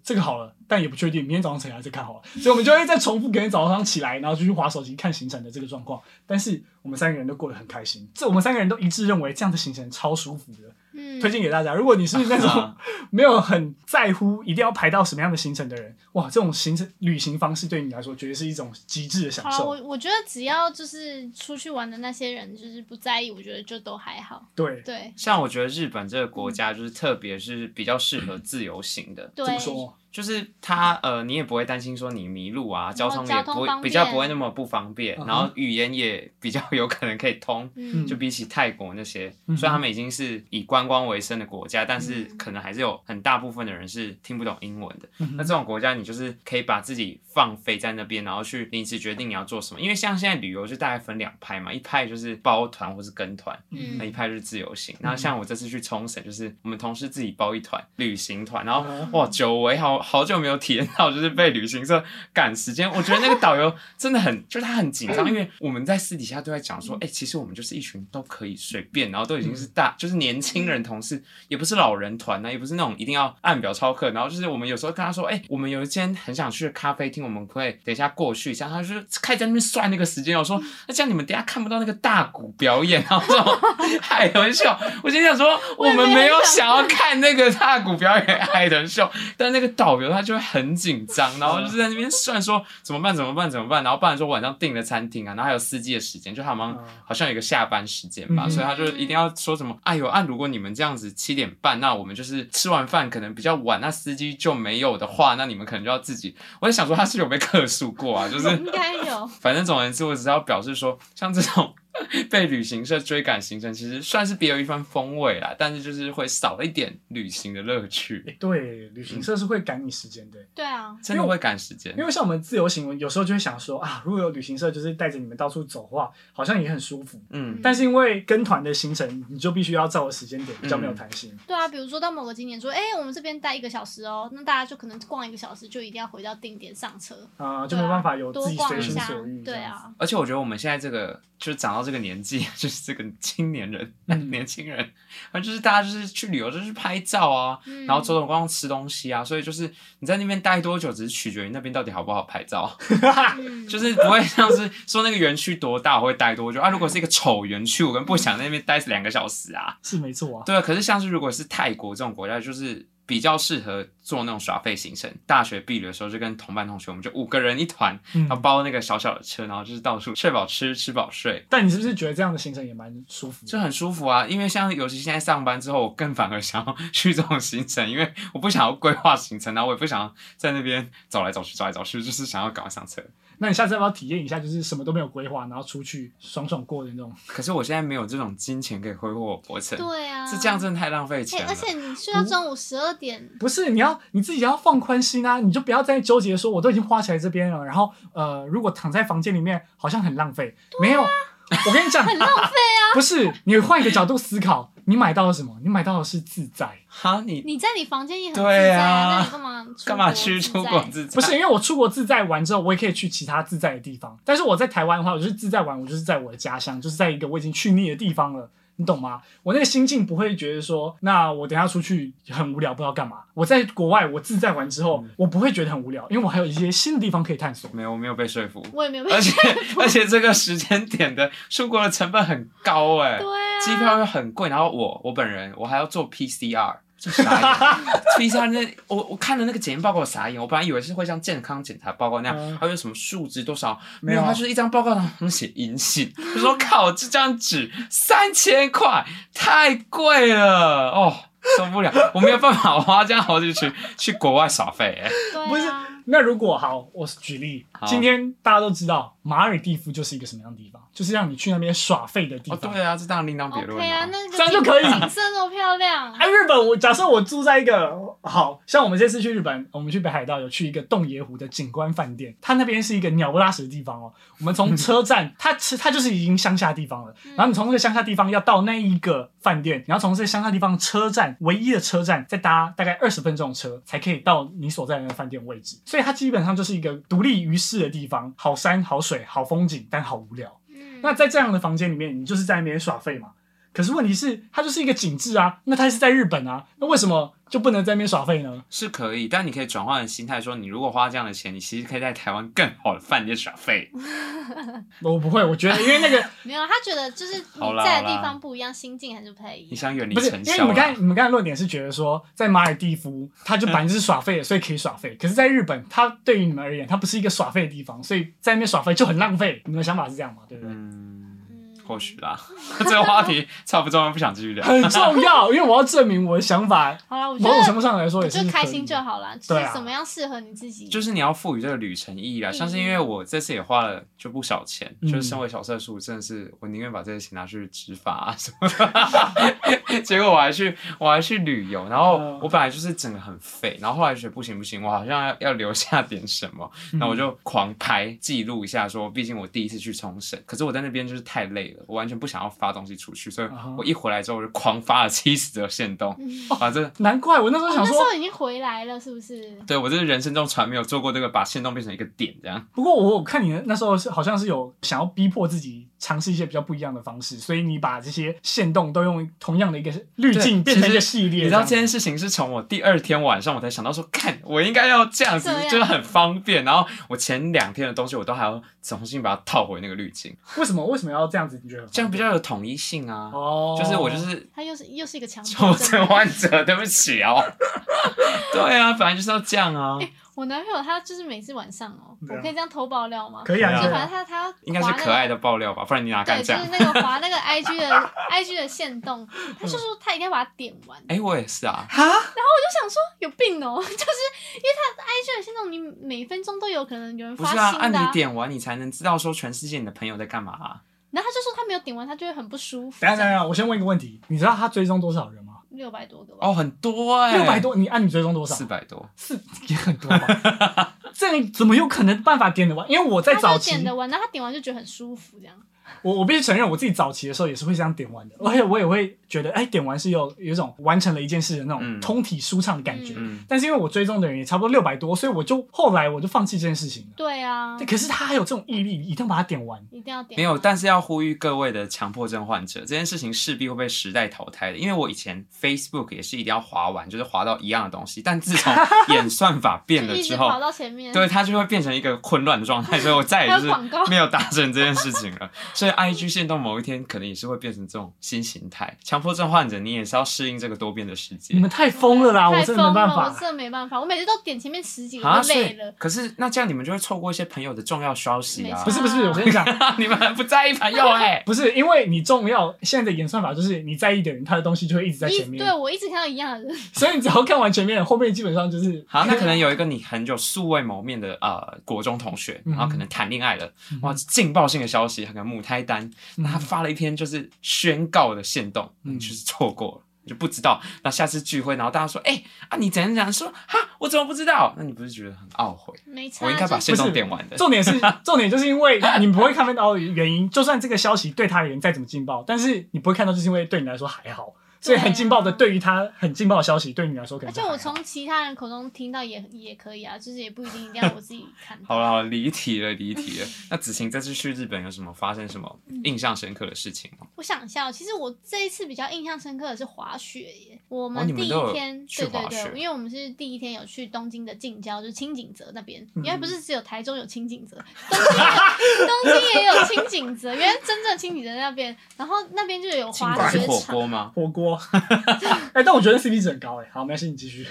Speaker 1: 这个好了，但也不确定，明天早上起来再看好了。所以我们就会再重复隔天早上起来，然后就去划手机看行程的这个状况。但是我们三个人都过得很开心，这我们三个人都一致认为这样的行程超舒服的，
Speaker 2: 嗯，啊
Speaker 1: 推荐给大家。如果你是那种 没有很在乎一定要排到什么样的行程的人，哇，这种行程旅行方式对你来说绝对是一种极致的享
Speaker 2: 好了，
Speaker 1: 受。
Speaker 2: 啊我我觉得只要就是出去玩的那些人，就是不在意，我觉得就都还好。
Speaker 1: 对，
Speaker 2: 对，
Speaker 3: 像我觉得日本这个国家，就是特别是比较适合自由行的，
Speaker 2: 对
Speaker 1: 怎么说？
Speaker 3: 就是它呃，你也不会担心说你迷路啊，交
Speaker 2: 然后
Speaker 3: 通
Speaker 2: 哦交
Speaker 3: 也
Speaker 2: 通
Speaker 3: 不
Speaker 2: 方
Speaker 3: 会比较
Speaker 2: 便
Speaker 3: 不会那么不方便
Speaker 1: 嗯，哼
Speaker 3: 然后语言也比较有可能可以通。
Speaker 2: 嗯，
Speaker 3: 就比起泰国那些，
Speaker 1: 嗯哼
Speaker 3: 虽然他们已经是以观光为生的国家，但是
Speaker 2: 嗯
Speaker 3: 可能还是有很大部分的人是听不懂英文的。
Speaker 1: 嗯哼
Speaker 3: 那这种国家，你就是可以把自己放飞在那边，然后去临时决定你要做什么。因为像现在旅游就大概分两派嘛，一派就是包团或是跟团，
Speaker 2: 嗯
Speaker 3: 那一派就是自由行。然后像我这次去冲绳，就是我们同事自己包一团旅行团，然后
Speaker 1: 嗯
Speaker 3: 哇，久违，好好久没有体验到就是被旅行社赶时间。我觉得那个导游真的很，就是他很紧张，因为我们在私底下都在讲说，哎、其实我们就是一群都可以随便，然后都已经是大，就是年轻人同事，也不是老人团呢、啊也不是那种一定要按表操课。然后就是我们有时候跟他说，哎、我们有一间很想去的咖啡厅，我们可以等一下过去一下。他就是开始在那边算那个时间，我说那这样你们等一下看不到那个大鼓表演， 然后这种海豚秀，我心想说
Speaker 2: 我
Speaker 3: 我
Speaker 2: 也没
Speaker 3: 们没有
Speaker 2: 很想
Speaker 3: 想要看那个大鼓表演 海豚秀，但那个导游他就会很紧张，然后就是在那边算说怎么办怎么办怎么办，然后不然说晚上订了餐厅啊，然后还有司机的时间，就他们
Speaker 1: 嗯
Speaker 3: 好像有一个下班时间吧，
Speaker 1: 嗯
Speaker 3: 所以他就一定要说什么，哎呦啊，如果你们这样子七点半，那我们就是吃完饭可能比较晚，那司机就没有的话，那你们可能就要自己。我在想说他是有被克数过啊，就是
Speaker 2: 应该有。
Speaker 3: 反正总而言之，我只是要表示说，像这种 被旅行社追赶行程，其实算是别有一番风味啦，但是就是会少了一点旅行的乐趣，
Speaker 1: 对，旅行社是会赶你时间的。
Speaker 2: 对啊，
Speaker 3: 真的会赶时间
Speaker 1: 因。为像我们自由行，有时候就会想说啊，如果有旅行社就是带着你们到处走的话，好像也很舒服。
Speaker 3: 嗯，
Speaker 1: 但是因为跟团的行程，你就必须要照着时间点，比较没有弹性。
Speaker 2: 对啊，比如说到某个景点说，哎、我们这边待一个小时哦，那大家就可能逛一个小时，就一定要回到定点上车，
Speaker 1: 啊、就没办法有
Speaker 2: 多
Speaker 1: 自己
Speaker 2: 逛
Speaker 1: 随
Speaker 2: 一
Speaker 1: 心
Speaker 2: 下
Speaker 1: 所欲。。
Speaker 2: 对，啊，
Speaker 3: 而且我觉得我们现在这个，就是长到这个年纪， 就是这个青年人，
Speaker 1: 嗯
Speaker 3: 年轻人，反正就是大家就是去旅游，就是拍照啊，
Speaker 2: 嗯，
Speaker 3: 然后走走逛逛吃东西啊，所以就是你在那边待多久，只是取决于那边到底好不好拍照。
Speaker 2: 嗯，
Speaker 3: 就是是不会像是说那个园区多大我会待多久啊？如果是一个丑园区，我跟不想在那边待两个小时啊。
Speaker 1: 是没错啊。
Speaker 3: 对啊，可是像是如果是泰国这种国家，就是比较适合做那种耍废行程。大学毕业的时候，就跟同班同学，我们就五个人一团，
Speaker 1: 嗯
Speaker 3: 然后包那个小小的车，然后就是到处吃饱吃，吃饱睡，
Speaker 1: 但你是不是觉得这样的行程也蛮舒服的？
Speaker 3: 就很舒服啊。因为像尤其现在上班之后，我更反而想要 去这种行程，因为我不想要规划行程，然后我也不想要在那边走来走去，走来走去，就是想要赶快上车。
Speaker 1: 那你下次要不要体验一下，就是什么都没有规划，然后出去爽爽过的那种？
Speaker 3: 可是我现在没有这种金钱可以挥霍我国程，
Speaker 2: 对啊，
Speaker 3: 是这样真的太浪费
Speaker 2: 哎、
Speaker 3: 钱了
Speaker 2: 而。且你睡到中午十二点，
Speaker 1: 不是，你要你自己要放宽心啊，你就不要再纠结说我都已经花起来这边了，然后呃，如果躺在房间里面好像很浪费，没有。我跟你讲，很浪费啊！不是，你换一个角度思考，你买到了什么？你买到的是自在。
Speaker 3: 哈，你
Speaker 2: 你在你房间也很自
Speaker 3: 对
Speaker 2: 在
Speaker 3: 啊
Speaker 2: 那你干嘛出
Speaker 3: 干嘛
Speaker 2: 国
Speaker 3: 吃
Speaker 2: 自
Speaker 3: 出
Speaker 2: 在
Speaker 3: 国自在？
Speaker 1: 不是，因为我出国自在玩之后，我也可以去其他自在的地方。但是我在台湾的话，我就是自在玩，我就是在我的家乡，就是在一个我已经去腻的地方了，你懂吗？我那个心境不会觉得说，那我等一下出去很无聊，不知道干嘛。我在国外，我自在玩之
Speaker 3: 嗯
Speaker 1: 后，我不会觉得很无聊，因为我还有一些新的地方可以探索。
Speaker 3: 没有，我没有被说 服。
Speaker 2: 我也没有被
Speaker 3: 而且 而且这个时间点的出国的成本很高 哎、
Speaker 2: 对啊，
Speaker 3: 机票又很贵，然后我我本人我还要做 PCR，就傻 眼。PCR 那我我看了那个检验报告我傻眼，我本来以为是会像健康检查报告那
Speaker 1: 嗯
Speaker 3: 样，还有什么数值多少，
Speaker 1: 没
Speaker 3: 没
Speaker 1: 有
Speaker 3: 有，它就是一张报告，然后他们写阴性，我说靠，这张纸三千块，太贵了哦。受不了，我没有办法花这样好几去去国外耍费、哎，
Speaker 2: 对啊
Speaker 1: 不是那如果好，我举例，
Speaker 3: 好
Speaker 1: 今天大家都知道马尔蒂夫就是一个什么样的地方，就是让你去那边耍废的地
Speaker 3: 哦，
Speaker 1: 方。
Speaker 3: 对啊，这当然另当别论
Speaker 2: OK 啊，
Speaker 3: 了。
Speaker 2: 那个
Speaker 1: 这样就可以
Speaker 2: 景色那么漂亮，
Speaker 1: 啊，日本，我假设我住在一个好像我们这次去日本，我们去北海道有去一个洞爷湖的景观饭店，它那边是一个鸟不拉屎的地方哦。我们从车站，它其它就是已经乡下地方了，然后你从那个乡下地方要到那一个饭店，你要从这乡下地方车站唯一的车站再搭大概二十分钟的车才可以到你所在的那个饭店位置，所以它基本上就是一个独立于世的地方，好山好水好风景，但好无聊。
Speaker 2: 嗯
Speaker 1: 那在这样的房间里面，你就是在那边耍废嘛。可是问题是，它就是一个景致啊，那它是在日本啊，那为什么就不能在那边耍废呢？
Speaker 3: 是可以，但你可以转换心态，说你如果花这样的钱，你其实可以在台湾更好的饭店耍费。
Speaker 1: 我不会，我觉得因为那个
Speaker 2: 没有，他觉得就是
Speaker 3: 好
Speaker 2: 你
Speaker 3: 啦
Speaker 2: 在的
Speaker 3: 好啦
Speaker 2: 地方不一样，心境还是不太一
Speaker 3: 你啊
Speaker 2: 样。
Speaker 3: 想远离
Speaker 1: 不是，
Speaker 3: 尘
Speaker 1: 因为
Speaker 3: 嚣
Speaker 1: 你们
Speaker 3: 啦
Speaker 1: 刚才你们刚才论点是觉得说，在马尔蒂夫，它就本来就是耍废
Speaker 3: 嗯
Speaker 1: 的，所以可以耍废。可是，在日本，它对于你们而言，它不是一个耍废的地方，所以在那边耍废就很浪费。你们的想法是这样吗？对不对？
Speaker 3: 嗯，
Speaker 2: 嗯
Speaker 3: 或许啦， 这个话题差不多了，不想继续 聊。
Speaker 1: 很重要，因为我要证明我的想法，
Speaker 2: 好了，我觉
Speaker 1: 某种程
Speaker 2: 得
Speaker 1: 度上来说
Speaker 2: 我
Speaker 1: 也是
Speaker 2: 觉得开
Speaker 1: 可以
Speaker 2: 心
Speaker 1: 的
Speaker 2: 就好了，就
Speaker 1: 对
Speaker 2: 是
Speaker 1: 啊
Speaker 2: 怎么样适合你自己。
Speaker 3: 就是你要赋予这个旅程意义啦，啊
Speaker 2: 嗯
Speaker 3: 像是因为我这次也花了就不少钱，
Speaker 1: 嗯
Speaker 3: 就是身为小色素，真的是我宁愿把这些钱拿去植发啊什么的， 结果我还去我还去旅游，然后
Speaker 1: 嗯
Speaker 3: 我本来就是整个很废，然后后来觉得不行不行，我好像要要留下点什么，
Speaker 1: 嗯
Speaker 3: 那我就狂拍记录一下说，毕竟我第一次去冲绳，可是我在那边就是太累了，我完全不想要发东西出去，所以
Speaker 1: 啊哈哦
Speaker 3: 我一回来之后我就狂发了七十则限动，反正、
Speaker 1: 难怪我那时候
Speaker 2: 嗯哦
Speaker 1: 想
Speaker 2: 那
Speaker 1: 说
Speaker 2: 时，候已经回来了，是不是？
Speaker 3: 对我这是人生中从来没有做过这个把限动变成一个点这样。
Speaker 1: 不过我我看你那时候是好像是有想要逼迫自己尝试一些比较不一样的方式，所以你把这些线动都用同样的一个滤
Speaker 3: 对
Speaker 1: 镜
Speaker 3: 其
Speaker 1: 变成一
Speaker 3: 实
Speaker 1: 个系列这
Speaker 3: 你知道
Speaker 1: 样
Speaker 3: 这
Speaker 1: 子。
Speaker 3: 件事情是从我第二天晚上我才想到说，看我应该要这样子
Speaker 2: 这，样
Speaker 3: 就是很方便。然后我前两天的东西我都还要重新把它套回那个滤镜，
Speaker 1: 为什么为什么要这样子？你觉得
Speaker 3: 这样比较有统一性啊。
Speaker 1: 哦，
Speaker 3: 就是我就是
Speaker 2: 他又是又是一个强
Speaker 3: 重
Speaker 2: 迫
Speaker 3: 症
Speaker 2: 症。
Speaker 3: 患者，对不起哦。对啊，反正就是要这样啊，
Speaker 2: 我男朋友他就是每次晚上哦，
Speaker 1: 对啊
Speaker 2: 我可以这样偷爆料吗？
Speaker 1: 可以啊，
Speaker 3: 就
Speaker 1: 可
Speaker 2: 就
Speaker 1: 以
Speaker 2: 反
Speaker 1: 啊
Speaker 2: 正他他
Speaker 3: 应该是可爱
Speaker 2: 的。
Speaker 3: 的爆料吧，不然你哪
Speaker 2: 对，
Speaker 3: 敢
Speaker 2: 就
Speaker 3: 讲？
Speaker 2: 是那个滑那个 IG 的 IG 的线 动，他
Speaker 3: 嗯
Speaker 2: 就说他一定要把它点完，
Speaker 3: 哎，我也是啊，
Speaker 1: 哈，
Speaker 2: 就想说有病哦、 就是因为他 IG 的线动，你每分钟都有可能有人
Speaker 3: 不
Speaker 2: 发
Speaker 3: 是
Speaker 2: 新
Speaker 3: 啊，按
Speaker 2: 的、
Speaker 3: 你点完你才能知道说全世界你的朋友在干嘛啊。
Speaker 2: 然后他就说他没有点完，他就会很不舒服。
Speaker 1: 等一下等一下等一下，我先问一个问题，你知道他追踪多少人吗？
Speaker 2: 六百多个吧。
Speaker 3: 哦，很多哎，
Speaker 1: 六百，多，你按你追踪多少？
Speaker 3: 四百多，
Speaker 1: 四也很多吧？这你怎么有可能办法点得完？因为我在
Speaker 2: 他
Speaker 1: 早
Speaker 2: 就
Speaker 1: 期
Speaker 2: 点得完，然后他点完就觉得很舒服，这样。
Speaker 1: 我我必须承认，我自己早期的时候也是会这样点完的，而且我也会觉得，哎、点完是有有一种完成了一件事的那种
Speaker 3: 嗯
Speaker 1: 通体舒畅的感觉。
Speaker 3: 嗯，
Speaker 1: 但是因为我追踪的人也差不多六百多，所以我就后来我就放弃这件事情了。
Speaker 2: 对啊，
Speaker 1: 可是他还有这种毅力，一定要把它点完。
Speaker 2: 一定要点完。
Speaker 3: 没有，但是要呼吁各位的强迫症患者，这件事情势必会被时代淘汰的。因为我以前 Facebook 也是一定要滑完，就是滑到一样的东西，但自 从演算法变
Speaker 2: 就
Speaker 3: 了
Speaker 2: 一直
Speaker 3: 之
Speaker 2: 跑
Speaker 3: 后，
Speaker 2: 到前面。
Speaker 3: 对它就会变成一个混乱的状态，所以我再也
Speaker 2: 还
Speaker 3: 就
Speaker 2: 有广告
Speaker 3: 是没有达成这件事情了。所以 IG 限动某一天可能也是会变成这种新形态，强强迫症患者，你也是要适应这个多变的世界
Speaker 1: 你。们太疯了啦！我
Speaker 2: 太
Speaker 1: 真
Speaker 2: 疯
Speaker 1: 的没办
Speaker 2: 了，我
Speaker 1: 法
Speaker 2: 真。的没办法，我每次都点前面十几个
Speaker 3: 啊，
Speaker 2: 都
Speaker 3: 所以
Speaker 2: 累了。
Speaker 3: 可是那这样你们就会错过一些朋友的重要消息啊
Speaker 2: 没！
Speaker 1: 不是不是，我跟你讲，
Speaker 3: 你们很不在意朋友哎、
Speaker 1: 不是因为你重要。现在的演算法就是你在意的人，他的东西就会一直在
Speaker 2: 一
Speaker 1: 前
Speaker 2: 直
Speaker 1: 面。
Speaker 2: 对我一直看到一样的人，
Speaker 1: 所以你只要看完前面，后面基本上就是
Speaker 3: 好，那可能有一个你很久素未谋面的呃国中同学，
Speaker 1: 嗯
Speaker 3: 然后可能谈恋爱了，
Speaker 1: 嗯
Speaker 3: 哇，劲爆性的消息，他可能母胎单，那他发了一篇就是宣告的线动，
Speaker 1: 嗯
Speaker 3: 你就是错过了。你就不知道，那下次聚会，然后大家说，哎、啊，你怎样怎样说，哈，我怎么不知道？那你不是觉得很懊悔？
Speaker 2: 没差。
Speaker 3: 我应该把
Speaker 2: 就是
Speaker 3: 线动点完 的。
Speaker 1: 重点是重点，就是因为你不会看到的原因，就算这个消息对他而言再怎么劲爆，但是你不会看到，就是因为对你来说还好。
Speaker 3: 啊
Speaker 1: 所以很劲爆的，
Speaker 2: 对
Speaker 1: 对于他很劲爆的消息，对你来说可
Speaker 2: 而
Speaker 1: 能
Speaker 2: 且
Speaker 1: 就还好。
Speaker 2: 我从其他人口中听到也也可以啊，就是也不一
Speaker 3: 。
Speaker 2: 定一定要我自己看
Speaker 3: 好了，好了离题了，离题了。那子晴这次去日本有什么发生什么
Speaker 1: 嗯
Speaker 3: 印象深刻的事情吗？
Speaker 2: 我想一下哦，其实我这一次比较印象深刻的是滑雪耶。我
Speaker 3: 哦你
Speaker 2: 第
Speaker 3: 们
Speaker 2: 一
Speaker 3: 都有
Speaker 2: 天，
Speaker 3: 去
Speaker 2: 对对
Speaker 3: 滑雪
Speaker 2: 对，因为我们是第一天有去东京的近郊，就是清景泽那边。
Speaker 1: 嗯
Speaker 2: 原来不是只有台中有清景泽，东京也东京也有清景泽。原来真正清景泽那边，然后那边就有
Speaker 3: 清
Speaker 2: 滑
Speaker 3: 华
Speaker 2: 雪
Speaker 3: 是火
Speaker 2: 场。
Speaker 3: 锅吗？
Speaker 1: 火锅， 哎、但我觉得 CP 值很高哎、好，没关系，你继续。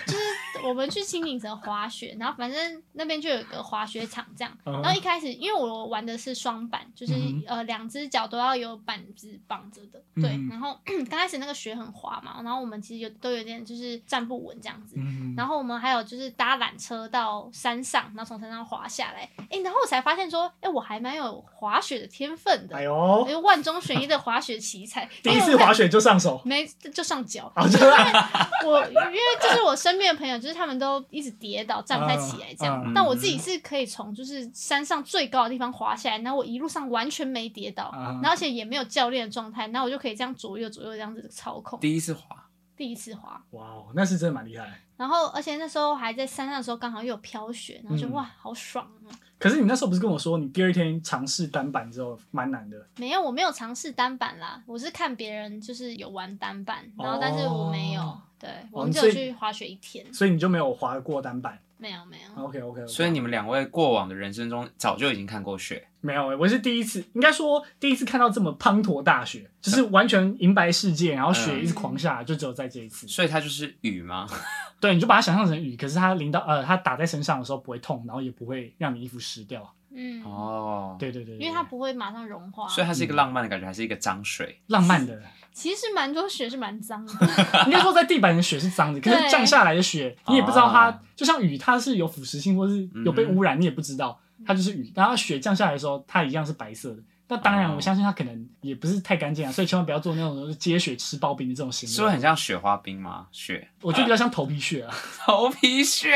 Speaker 2: 我们去清景泽滑雪，然后反正那边就有一个滑雪场这样。
Speaker 1: 嗯
Speaker 2: 然后一开始，因为我玩的是双板，就是、
Speaker 1: 嗯
Speaker 2: 呃两只脚都要有板子绑着的，对。
Speaker 1: 嗯
Speaker 2: 然后 刚开始那个雪很滑嘛，然后我们其实有都有点就是站不稳这样子。
Speaker 1: 嗯，
Speaker 2: 然后我们还有就是搭缆车到山上，然后从山上滑下来，哎，然后我才发现说，哎，我还蛮有滑雪的天分的，
Speaker 1: 哎
Speaker 2: 哎
Speaker 1: 呦，
Speaker 2: 万中选一的滑雪奇才。
Speaker 1: 第一次滑
Speaker 2: 雪
Speaker 1: 雪就上 手，
Speaker 2: 没就 上脚，
Speaker 1: 啊，真
Speaker 2: 哎
Speaker 1: 的，
Speaker 2: 我因为就是我身边的朋友，就是他们都一直跌倒，站不太起来这样。
Speaker 1: 嗯
Speaker 2: 但我自己是可以从就是山上最高的地方滑下来，然后我一路上完全没跌倒，
Speaker 1: 嗯
Speaker 2: 然后而且也没有教练的状态，然后我就可以这样左右左右这样子操控。
Speaker 3: 第一次滑，
Speaker 2: 第一次滑，
Speaker 1: 哇哦，那是真的蛮厉害。
Speaker 2: 然后而且那时候还在山上的时候，刚好又有飘雪，然后就、
Speaker 1: 嗯
Speaker 2: 哇好爽啊！
Speaker 1: 可是你那时候不是跟我说，你第二天尝试单板之后蛮难的，
Speaker 2: 没有，我没有尝试单板啦，我是看别人就是有玩单板，然后但是我没有，
Speaker 1: 哦
Speaker 2: 对
Speaker 1: 哦
Speaker 2: 我们只
Speaker 1: 所
Speaker 2: 有
Speaker 1: 以
Speaker 2: 去滑雪一天，
Speaker 1: 所以你就没有滑过单板。
Speaker 2: 没有没有。
Speaker 1: OK OK，,
Speaker 3: 所以你们两位过往的人生中早就已经看过雪，
Speaker 1: 没有、欸，我是第一次，应该说第一次看到这么滂沱大雪，就是完全银白世界，然后
Speaker 3: 嗯
Speaker 1: 雪一直狂下，就只有在这一次。
Speaker 3: 所以它就是雨吗？
Speaker 1: 对，你就把它想象成雨，可是它淋到呃，它打在身上的时候不会痛，然后也不会让你衣服湿掉。
Speaker 2: 嗯，
Speaker 3: 哦，，
Speaker 1: 对对对对对
Speaker 2: 因为它不会马上融化，
Speaker 3: 所以它是一个浪漫的感觉，还是一个脏水？
Speaker 1: 浪漫的，
Speaker 2: 其实蛮多雪是蛮脏的，
Speaker 1: 应该说在地板的雪是脏的，可是
Speaker 2: 对
Speaker 1: 降下来的雪，你也不知道它、
Speaker 3: 啊嗯
Speaker 1: 就像雨，它是有腐蚀性或是有被污染，你也不知道它就是雨。然后雪降下来的时候，它一样是白色的。那当然，
Speaker 3: 哦
Speaker 1: 我相信它可能也不是太干净啊，所以千万不要做那种接雪吃刨冰的这种行
Speaker 3: 是会
Speaker 1: 为。
Speaker 3: 很像雪花冰吗？雪，
Speaker 1: 我觉得比较像 头皮屑啊。
Speaker 3: 头皮雪。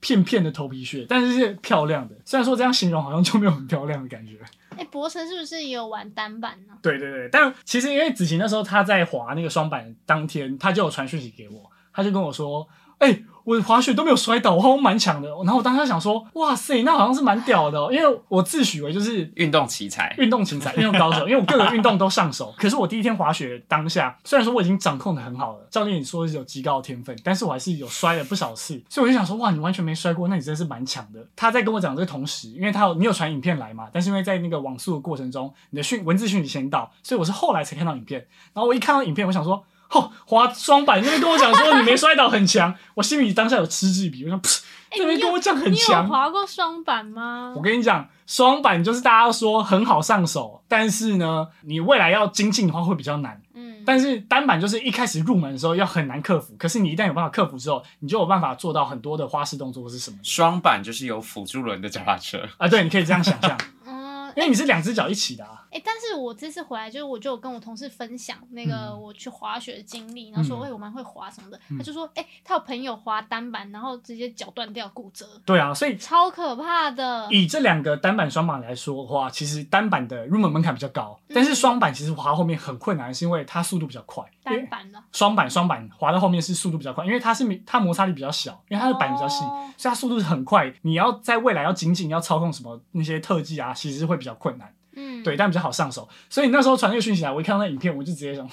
Speaker 1: 片片的头皮屑，但是是漂亮的。虽然说这样形容好像就没有很漂亮的感觉。
Speaker 2: 哎、博成是不是也有玩单板呢、
Speaker 1: 对对对，但其实因为子晴那时候她在滑那个双板当天，她就有传讯息给我，她就跟我说：“哎、我的滑雪都没有摔倒，我好像蛮强的。”然后我当时想说：“哇塞，那好像是蛮屌的、哦，因为我自诩为就是。”
Speaker 3: 运动奇才，
Speaker 1: 运动情才，运动高手，因为我各个运动都上手。可是我第一天滑雪当下，虽然说我已经掌控的很好了，教练也说是有极高的天分，但是我还是有摔了不少次。所以我就想说，哇，你完全没摔过，那你真的是蛮强的。他在跟我讲这个同时，因为他有你有传影片来嘛，但是因为在那个网速的过程中，你的讯文字讯息先到，所以我是后来才看到影片。然后我一看到影片，我想说。吼，滑双板那边跟我讲说你没摔倒很强，我心里当下有嗤之以鼻，我想，噗
Speaker 2: 哎
Speaker 1: 那边
Speaker 2: 你
Speaker 1: 跟
Speaker 2: 有
Speaker 1: 我讲很
Speaker 2: 你
Speaker 1: 强
Speaker 2: 有，滑过双板吗
Speaker 1: 我？跟你讲，双板就是大家说很好上手，但是呢，你未来要精进的话会比较难。
Speaker 2: 嗯，
Speaker 1: 但是单板就是一开始入门的时候要很难克服，可是你一旦有办法克服之后，你就有办法做到很多的花式动作或是什么的
Speaker 3: 双板就是有辅助轮的脚踏车，
Speaker 1: 啊。对，你可以这样想 象，
Speaker 2: 嗯，哎、
Speaker 1: 因为你是两只脚一起的啊。
Speaker 2: 哎但是我这次回来，就是我就有跟我同事分享那个
Speaker 1: 嗯
Speaker 2: 我去滑雪的经历，然后说，
Speaker 1: 嗯
Speaker 2: 哎、我蛮会滑什么的。
Speaker 1: 嗯
Speaker 2: 他就说，哎、他有朋友滑单板，然后直接脚断掉骨折，
Speaker 1: 对啊，所以
Speaker 2: 超可怕的。
Speaker 1: 以这两个单板、双板来说的话，其实单板的入门门槛比较高，
Speaker 2: 嗯
Speaker 1: 但是双板其实滑到后面很困难，是因为它速度比较快。因
Speaker 2: 单
Speaker 1: 为
Speaker 2: 板哦呢？
Speaker 1: 双板双板滑到后面是速度比较快，因为它是它摩擦力比较小，因为它的板比较细，
Speaker 2: 哦
Speaker 1: 所以它速度是很快。你要在未来要紧紧要操控什么那些特技啊，其实会比较困难。
Speaker 2: 嗯嗯，
Speaker 1: 对，但比较好上手。所以你那时候传那个讯息来，我一看到那影片，我就直接想，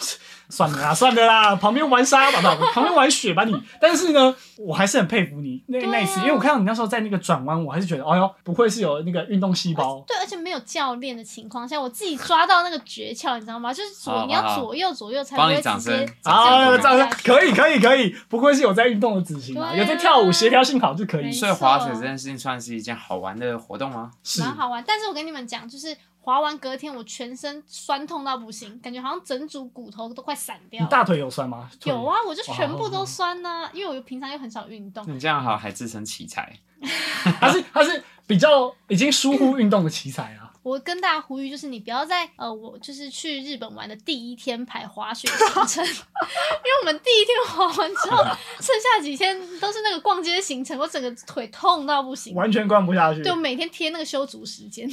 Speaker 1: 算了啦，算了啦， 旁边玩沙吧，不旁边玩雪吧你。但是呢，我还是很佩服你那
Speaker 2: 对啊
Speaker 1: 那一次，因为我看到你那时候在那个转弯，我还是觉得，哎呦，不愧是有那个运动细 胞。
Speaker 2: 对，而且没有教练的情况下，我自己抓到那个诀窍，你知道吗？就是
Speaker 3: 好
Speaker 2: 左，
Speaker 3: 好
Speaker 2: 你要
Speaker 3: 好
Speaker 2: 左右左右才不
Speaker 3: 帮你
Speaker 2: 会
Speaker 3: 掌
Speaker 2: 直接
Speaker 3: 声
Speaker 2: 这
Speaker 1: 啊，
Speaker 2: 样
Speaker 3: 好
Speaker 2: 子
Speaker 1: 这样
Speaker 2: 下去
Speaker 1: 可以可以可以，不愧是有在运动的子型啊，
Speaker 2: 对啊
Speaker 1: 有在跳舞协调性好就可以
Speaker 2: 没。
Speaker 3: 所以滑雪这件事情算是一件好玩的活动吗？
Speaker 1: 是，
Speaker 2: 蛮好玩。但是我跟你们讲，就是滑完隔天，我全身酸痛到不行，感觉好像整组骨头都快散掉
Speaker 1: 你
Speaker 2: 了。
Speaker 1: 大腿有酸吗？
Speaker 2: 有啊，我就全部
Speaker 1: 哇哦
Speaker 2: 都酸呐、因为我平常又很少运动。
Speaker 1: 嗯
Speaker 3: 你这样好，还自称奇才。
Speaker 1: 腿，他是他是比较已经疏忽运动的奇才啊。
Speaker 2: 我跟大家呼吁，就是你不要在呃，我就是去日本玩的第一天排滑雪行程， 因为我们第一天滑完 之后，剩下几天都是那个逛街行程，我整个腿痛到不行。
Speaker 1: 完全灌不下去。
Speaker 2: 对，我每天贴那个修足时间。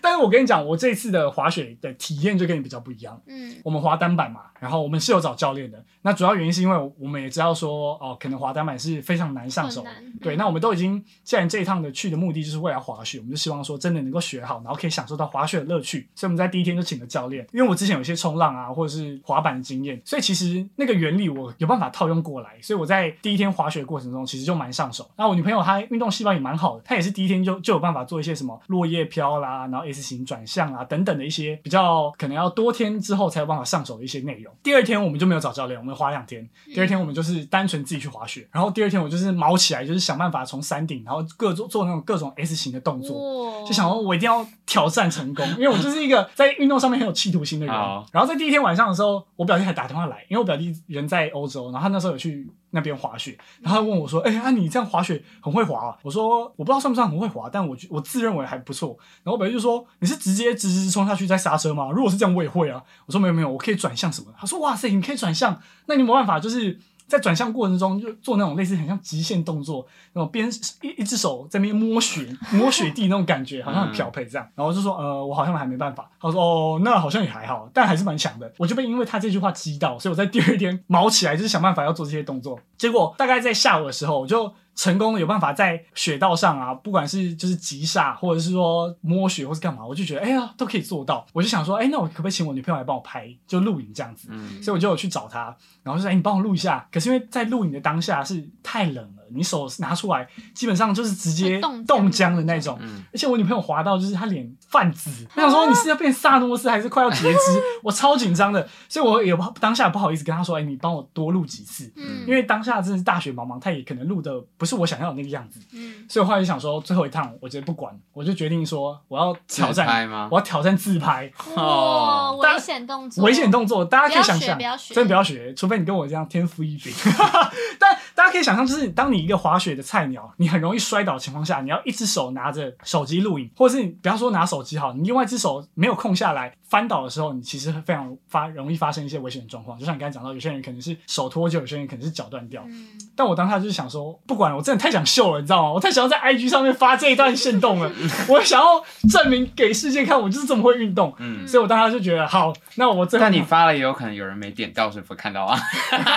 Speaker 1: 但是我跟你讲，我这次的滑雪的体验就跟你比较不一样。
Speaker 2: 嗯，
Speaker 1: 我们滑单板嘛，然后我们是有找教练的。那主要原因是因为我们也知道说，哦，可能滑单板是非常难 上手
Speaker 2: 困难。
Speaker 1: 对，那我们都已经，既然这一趟的去的目的就是为了滑雪，我们就希望说真的能够学好，然后可以享受到滑雪的乐趣。所以我们在第一天就请了教练，因为我之前有一些冲浪啊或者是滑板的经验，所以其实那个原理我有办法套用过来。所以我在第一天滑雪的过程中其实就蛮上手。那我女朋友她运动细胞也蛮好的，她也是第一天就就有办法做一些什么落叶飘啦，然后 S 型转向啦等等的一些比较可能要多天之后才有办法上手的一些内容。第二天我们就没有找教练，我们滑两天，第二天我们就是单纯自己去滑雪，然后第二天我就是毛起来，就是想办法从山顶，然后各做做那种各种 S 型的动作，
Speaker 2: 哇
Speaker 1: 就想说我一定要挑战成功，因为我就是一个在运动上面很有企图心的人
Speaker 3: 好。
Speaker 1: 然后在第一天晚上的时候，我表弟还打电话来，因为我表弟人在欧洲，然后他那时候有去那边滑雪，然后他问我说：“哎、啊你这样滑雪很会滑啊？”我说：“我不知道算不算很会滑，但我觉我自认为还不错。”然后我表弟就说：“你是直接直直冲下去再刹车吗？如果是这样，我也会啊。”我说：“没有没有，我可以转向什么的？”他说：“哇塞，你可以转向，那你有没有办法就是？”在转向过程中，就做那种类似很像极限动作，那种边一一只手在那边摸雪、摸雪地那种感觉，好像很漂配这样。然后我就说，呃，我好像还没办法。他说，哦，那好像也还好，但还是蛮强的。我就被因为他这句话击到，所以我在第二天毛起来，就是想办法要做这些动作。结果大概在下午的时候，我就。成功的有办法在雪道上啊，不管是就是急刹，或者是说摸雪，或是干嘛，我就觉得哎呀都可以做到。我就想说，哎，那我可不可以请我女朋友来帮我拍，就录影这样子？
Speaker 3: 嗯，
Speaker 1: 所以我就有去找他，然后就说：“哎、你帮我录一下。”可是因为在录影的当下是太冷了，你手拿出来基本上就是直接
Speaker 2: 会冻僵
Speaker 1: 冻僵的那种。
Speaker 3: 嗯，
Speaker 1: 而且我女朋友滑到就是她脸泛紫，我想说你是要变萨诺斯还是快要截肢？ 我超紧张的，所以我也不好当下不好意思跟她说：“哎、你帮我多录几次。”
Speaker 2: 嗯，
Speaker 1: 因为当下真的是大雪茫茫，她也可能录的不是我想要的那个样子，
Speaker 2: 嗯，
Speaker 1: 所以我后来就想说最后一趟我直接不管，我就决定说我要挑
Speaker 3: 自拍
Speaker 1: 战，
Speaker 3: 吗
Speaker 1: 我？要挑战自拍。
Speaker 2: 哇，
Speaker 3: 哦
Speaker 1: 大
Speaker 2: 危险动作，
Speaker 1: 危险动作，大家可以想象，
Speaker 2: 不要学
Speaker 1: 真的不要学，除非你跟我这样天赋异禀。 但大家可以想象，就是当你一个滑雪的菜鸟，你很容易摔倒的情况下，你要一只手拿着手机录影，或者是你不要说拿手机好，你另外一只手没有空下来翻倒的时候，你其实非常发容易发生一些危险的状况。就像你刚才讲到，有些人可能是手脱臼，有些人可能是脚断掉。
Speaker 2: 嗯，
Speaker 1: 但我当下就是想说，不管了我真的太想秀了，你知道吗？我太想要在 IG 上面发这一段线动 了，我想要证明给世界看我就是这么会运动。
Speaker 3: 嗯，
Speaker 1: 所以我当时就觉得，好，那我最后
Speaker 3: 但你发了，也有可能有人没点到，是不看到啊？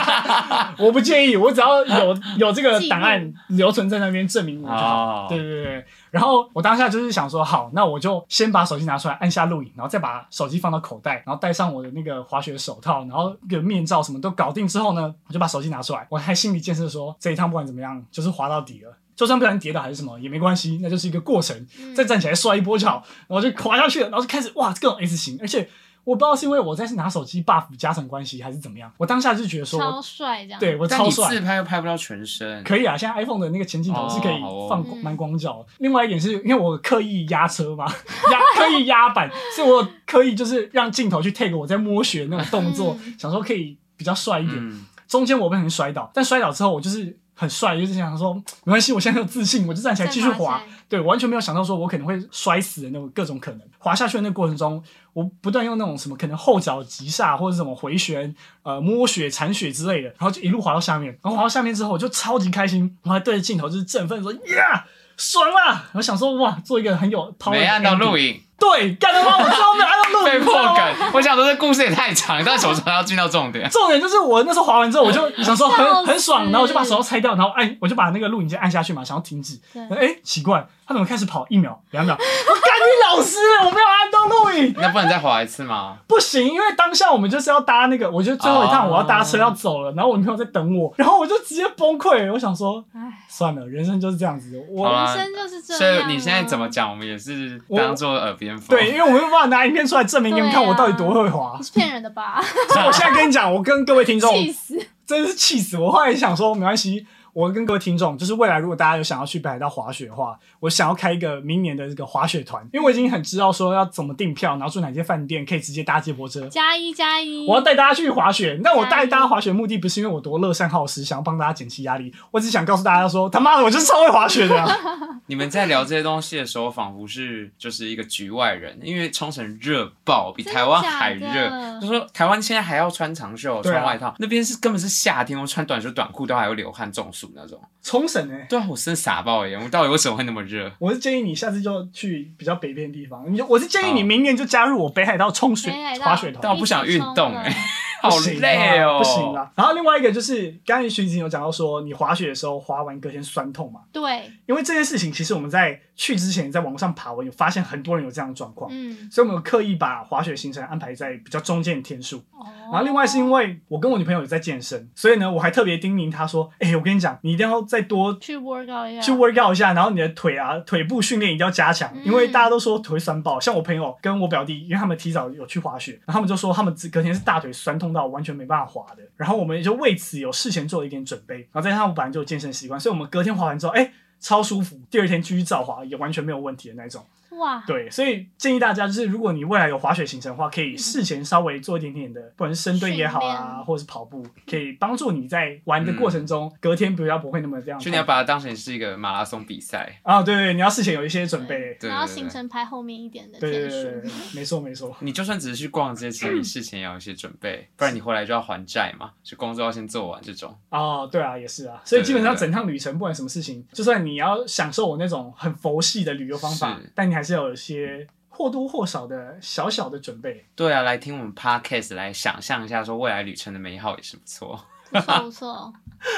Speaker 1: 我不介意，我只要有有这个
Speaker 2: 记录
Speaker 1: 档案留存在那边证明我就好。
Speaker 3: 哦
Speaker 1: 对对对，然后我当下就是想说，好，那我就先把手机拿出来按下录影，然后再把手机放到口袋，然后戴上我的那个滑雪手套，然后一个面罩什么都搞定之后呢，我就把手机拿出来，我还心理建设说，这一趟不管怎么样，就是滑到底了。就算不小心跌倒还是什么也没关系，那就是一个过程。
Speaker 2: 嗯
Speaker 1: 再站起来摔一波就好，然后就滑下去了，然后就开始哇各种 S 型，而且我不知道是因为我在拿手机 buff 加成关系还是怎么样，我当下就觉得说我
Speaker 2: 超帅这样，，
Speaker 1: 对我
Speaker 3: 但
Speaker 1: 超
Speaker 3: 你
Speaker 1: 帅，
Speaker 3: 自拍又拍不到全身，
Speaker 1: 可以啊，现在 iPhone 的那个前镜头是可以
Speaker 3: 哦好哦
Speaker 1: 放
Speaker 2: 嗯
Speaker 1: 蛮广角的。另外一点是因为我刻意压车嘛，压刻意压板，所以我刻意就是让镜头去 take 我在摸雪那种动作，
Speaker 2: 嗯
Speaker 1: 想说可以比较帅一点。
Speaker 3: 嗯，
Speaker 1: 中间我被很摔倒，但摔倒之后我就是很帅，就是想说没关系，我现在很有自信，我就站起来继续滑。对，完全没有想到说我可能会摔死的那种各种可能。滑下去的那个过程中，我不断用那种什么可能后脚急刹或者什么回旋、呃摸雪、铲雪之类的，然后就一路滑到下面。然后滑到下面之后，我就超级开心，我还对着镜头就是振奋说：“呀，爽啦！”我想说哇，做一个很有 power，
Speaker 3: 没按到录
Speaker 1: 影，
Speaker 3: 影，
Speaker 1: 对，干他妈我超没有按照路，
Speaker 3: 被
Speaker 1: 你知
Speaker 3: 迫
Speaker 1: 道吗
Speaker 3: 梗。我想说这故事也太长，但是我常常要进到重点。
Speaker 1: 重点就是我那时候滑完之后，我就 想说
Speaker 2: 笑
Speaker 1: 很
Speaker 2: 死
Speaker 1: 很爽，然后我就把手要拆掉，然后按我就把那个录影键按下去嘛，想要停止。
Speaker 2: 对
Speaker 1: 哎、奇怪，他怎么开始跑一秒、两 秒？我赶你老师，我没有按到录影，
Speaker 3: 那不能再滑一次吗？
Speaker 1: 不行，因为当下我们就是要搭那个，我就最后一趟
Speaker 3: 哦
Speaker 1: 我要搭车要走了，然后我女朋友在等 我，然后我就直接崩溃，我想说
Speaker 2: 唉，
Speaker 1: 算了，人生就是这样子，
Speaker 3: 好
Speaker 1: 我。
Speaker 3: 啦
Speaker 2: 人生就是这
Speaker 3: 所
Speaker 2: 样啊。
Speaker 3: 以你现在怎么讲，我们也是当做耳边风。
Speaker 1: 对，因为我没有办法拿影片出来证明给你们看
Speaker 2: 对啊
Speaker 1: 我到底多会 滑
Speaker 2: 你，是骗人的吧？
Speaker 1: 所以我现在跟你讲，我跟各位听众，
Speaker 2: 气死！
Speaker 1: 真是气死我！后来想说，没关系，我跟各位听众，就是未来如果大家有想要去北海道滑雪的话，我想要开一个明年的这个滑雪团，因为我已经很知道说要怎么订票，然后住哪间饭店，可以直接搭接驳车。
Speaker 2: 加一加一，
Speaker 1: 我要带大家去滑雪，但我带大家滑雪的目的不是因为我多乐善好施，想要帮大家减轻压力，我只想告诉大家说，他妈的，我就是超会滑雪的、 啊。
Speaker 3: 你们在聊这些东西的时候，仿佛是就是一个局外人，因为冲绳热爆，比
Speaker 2: 真的
Speaker 3: 台湾还
Speaker 2: 假
Speaker 3: 热。
Speaker 2: 的
Speaker 3: 就说台湾现在还要穿长袖、
Speaker 1: 对啊
Speaker 3: 穿外套，那边是根本是夏天，我穿短袖短裤都还会流汗中暑那种。
Speaker 1: 冲绳哎、
Speaker 3: 对啊，我真的傻爆耶！我到底为什么会那么热？
Speaker 1: 我是建议你下次就去比较北边的地方，你就我是建议你
Speaker 3: 好
Speaker 1: 明年就加入我北海道冲雪
Speaker 2: 北海道
Speaker 1: 滑雪团
Speaker 3: 但。我不想运动哎、
Speaker 2: 一起
Speaker 3: 好
Speaker 1: 不行啊
Speaker 3: 累哦、
Speaker 1: 不行啦。然后另外一个就是，刚才徐子有讲到说，你滑雪的时候滑完隔天酸痛嘛，
Speaker 2: 对，
Speaker 1: 因为这件事情其实我们在去之前在网上爬文有发现很多人有这样的状况，
Speaker 2: 嗯，
Speaker 1: 所以我们有刻意把滑雪行程安排在比较中间的天数。
Speaker 2: 然
Speaker 1: 然后另外是因为我跟我女朋友有在健身，所以呢我还特别叮咛她说，哎、我跟你讲，你一定要再多。
Speaker 2: 去 workout 一下，
Speaker 1: 去 workout 一下，然后你的腿啊、腿部训练一定要加强，
Speaker 2: 嗯
Speaker 1: 因为大家都说腿会酸爆。像我朋友跟我表弟，因为他们提早有去滑雪，然后他们就说他们隔天是大腿酸痛到完全没办法滑的。然后我们也就为此有事前做了一点准备，然后再加上我本来就有健身习惯，所以我们隔天滑完之后，哎、超舒服，第二天继续照滑也完全没有问题的那种。
Speaker 2: 啊哇，
Speaker 1: 对，所以建议大家就是，如果你未来有滑雪行程的话，可以事前稍微做一点点的，不管是深蹲也好
Speaker 2: 训
Speaker 1: 啊，
Speaker 2: 练
Speaker 1: 或者是跑步，可以帮助你在玩的过程中，隔天比较不会那么这样痛。
Speaker 3: 就你要把它当成是一个马拉松比赛。
Speaker 1: 啊，对对，对你要事前有一些准备。
Speaker 3: 对
Speaker 2: 然后
Speaker 3: 对
Speaker 2: 行
Speaker 3: 对
Speaker 2: 程排后面一点的
Speaker 1: 对对
Speaker 2: 天
Speaker 1: 对对
Speaker 2: 数
Speaker 1: 对，，没错没错。
Speaker 3: 你就算只是去逛街，其实你事前也要有一些准备，不然你回来就要还债嘛，就工作要先做完这种。
Speaker 1: 哦，对啊，也是啊。所以基本上
Speaker 3: 对对对
Speaker 1: 整趟旅程，不管什么事情，就算你要享受我那种很佛系的旅游方法
Speaker 3: 是，
Speaker 1: 但你还是要有一些或多或少的小小的准备。
Speaker 3: 对啊，来听我们 podcast，来想象一下说未来旅程的美好也是不错。
Speaker 2: 不错不错。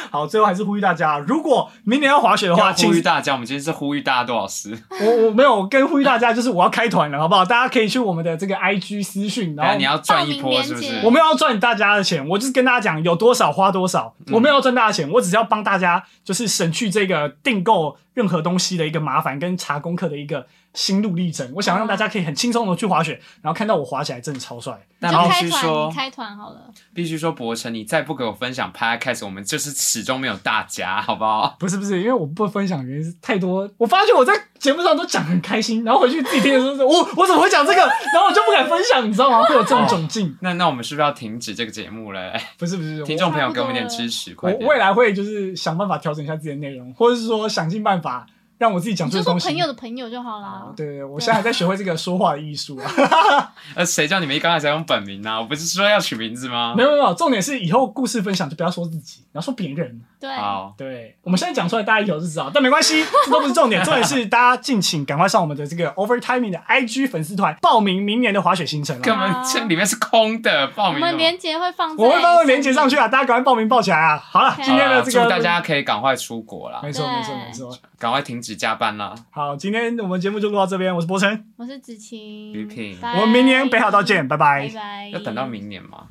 Speaker 1: 好，最后还是呼吁大家，如果明年要滑雪的话，
Speaker 3: 要
Speaker 1: 请
Speaker 3: 呼吁大家，我们今天是呼吁大家多少时？
Speaker 1: 我我没有跟呼吁大家，就是我要开团了，好不好？大家可以去我们的这个 IG 私讯，
Speaker 3: 然
Speaker 1: 然
Speaker 3: 后
Speaker 1: 后
Speaker 3: 哎你要赚一波是不
Speaker 2: 报名链
Speaker 3: 是
Speaker 2: 接
Speaker 1: 我？没有要赚大家的钱，我就是跟大家讲有多少花多少，我没有要赚大家的钱，我只是要帮大家就是省去这个订购任何东西的一个麻烦跟查功课的一个心路历程。我想让大家可以很轻松的去滑雪，然后看到我滑起来真的超帅。
Speaker 2: 你
Speaker 3: 但
Speaker 2: 就
Speaker 3: 必
Speaker 2: 开
Speaker 3: 须
Speaker 2: 团，
Speaker 3: 说
Speaker 2: 你，开团好了。
Speaker 3: 必须说，博成，你再不给我分享 podcast，我们就是始终没有大家，好不好？
Speaker 1: 不是不是，因为我不分享的原因是太多，我发觉我在节目上都讲很开心，然后回去自己听的时候，我我怎么会讲这个？然后我就不敢分享，你知道吗？会有这种窘境。
Speaker 3: 那那我们是不是要停止这个节目 了？
Speaker 1: 不是不是，我
Speaker 3: 听众朋友给我们一点支持，
Speaker 1: 我
Speaker 3: 快点！
Speaker 1: 未来会就是想办法调整一下自己的内容，或者是说想尽办法让我自己讲
Speaker 2: 你
Speaker 1: 出
Speaker 2: 就
Speaker 1: 的
Speaker 2: 说
Speaker 1: 东西。
Speaker 2: 朋友的朋友就好啦。
Speaker 1: 对对对，我现在还在学会这个说话的艺术 啊。
Speaker 3: 呃，谁叫你们一刚开始要用本名呢、啊我不是说要取名字吗
Speaker 1: 没？有没有没有，重点是以后故事分享就不要说自己，然后说别人。
Speaker 2: 对，
Speaker 3: 好，
Speaker 1: 对，我们现在讲出来，大家以后就知道，但没关系，这都不是重点，重点是大家敬请赶快上我们的这个 Overtiming 的 IG 粉丝团报名明年的滑雪行程
Speaker 3: 根
Speaker 1: 啊。
Speaker 3: 本这里面是空的，报
Speaker 2: 我
Speaker 3: 名
Speaker 2: 们
Speaker 3: 什么。
Speaker 2: 连接会放在，
Speaker 1: 我会放链接上去。啊，大家赶快报名报起来啊！好了，今
Speaker 3: 好
Speaker 1: 天
Speaker 3: 啦
Speaker 1: 的这个
Speaker 3: 祝大，家可以赶快出国啦，
Speaker 1: 没错没错
Speaker 2: 对
Speaker 1: 没错。
Speaker 3: 赶快停止加班啦。
Speaker 1: 好，今天我们节目就录到这边，我是博成，
Speaker 2: 我是子晴，
Speaker 3: 吕品
Speaker 2: 拜
Speaker 1: 我们明年北海道见，拜
Speaker 2: 拜拜。
Speaker 3: 要等到明年吗？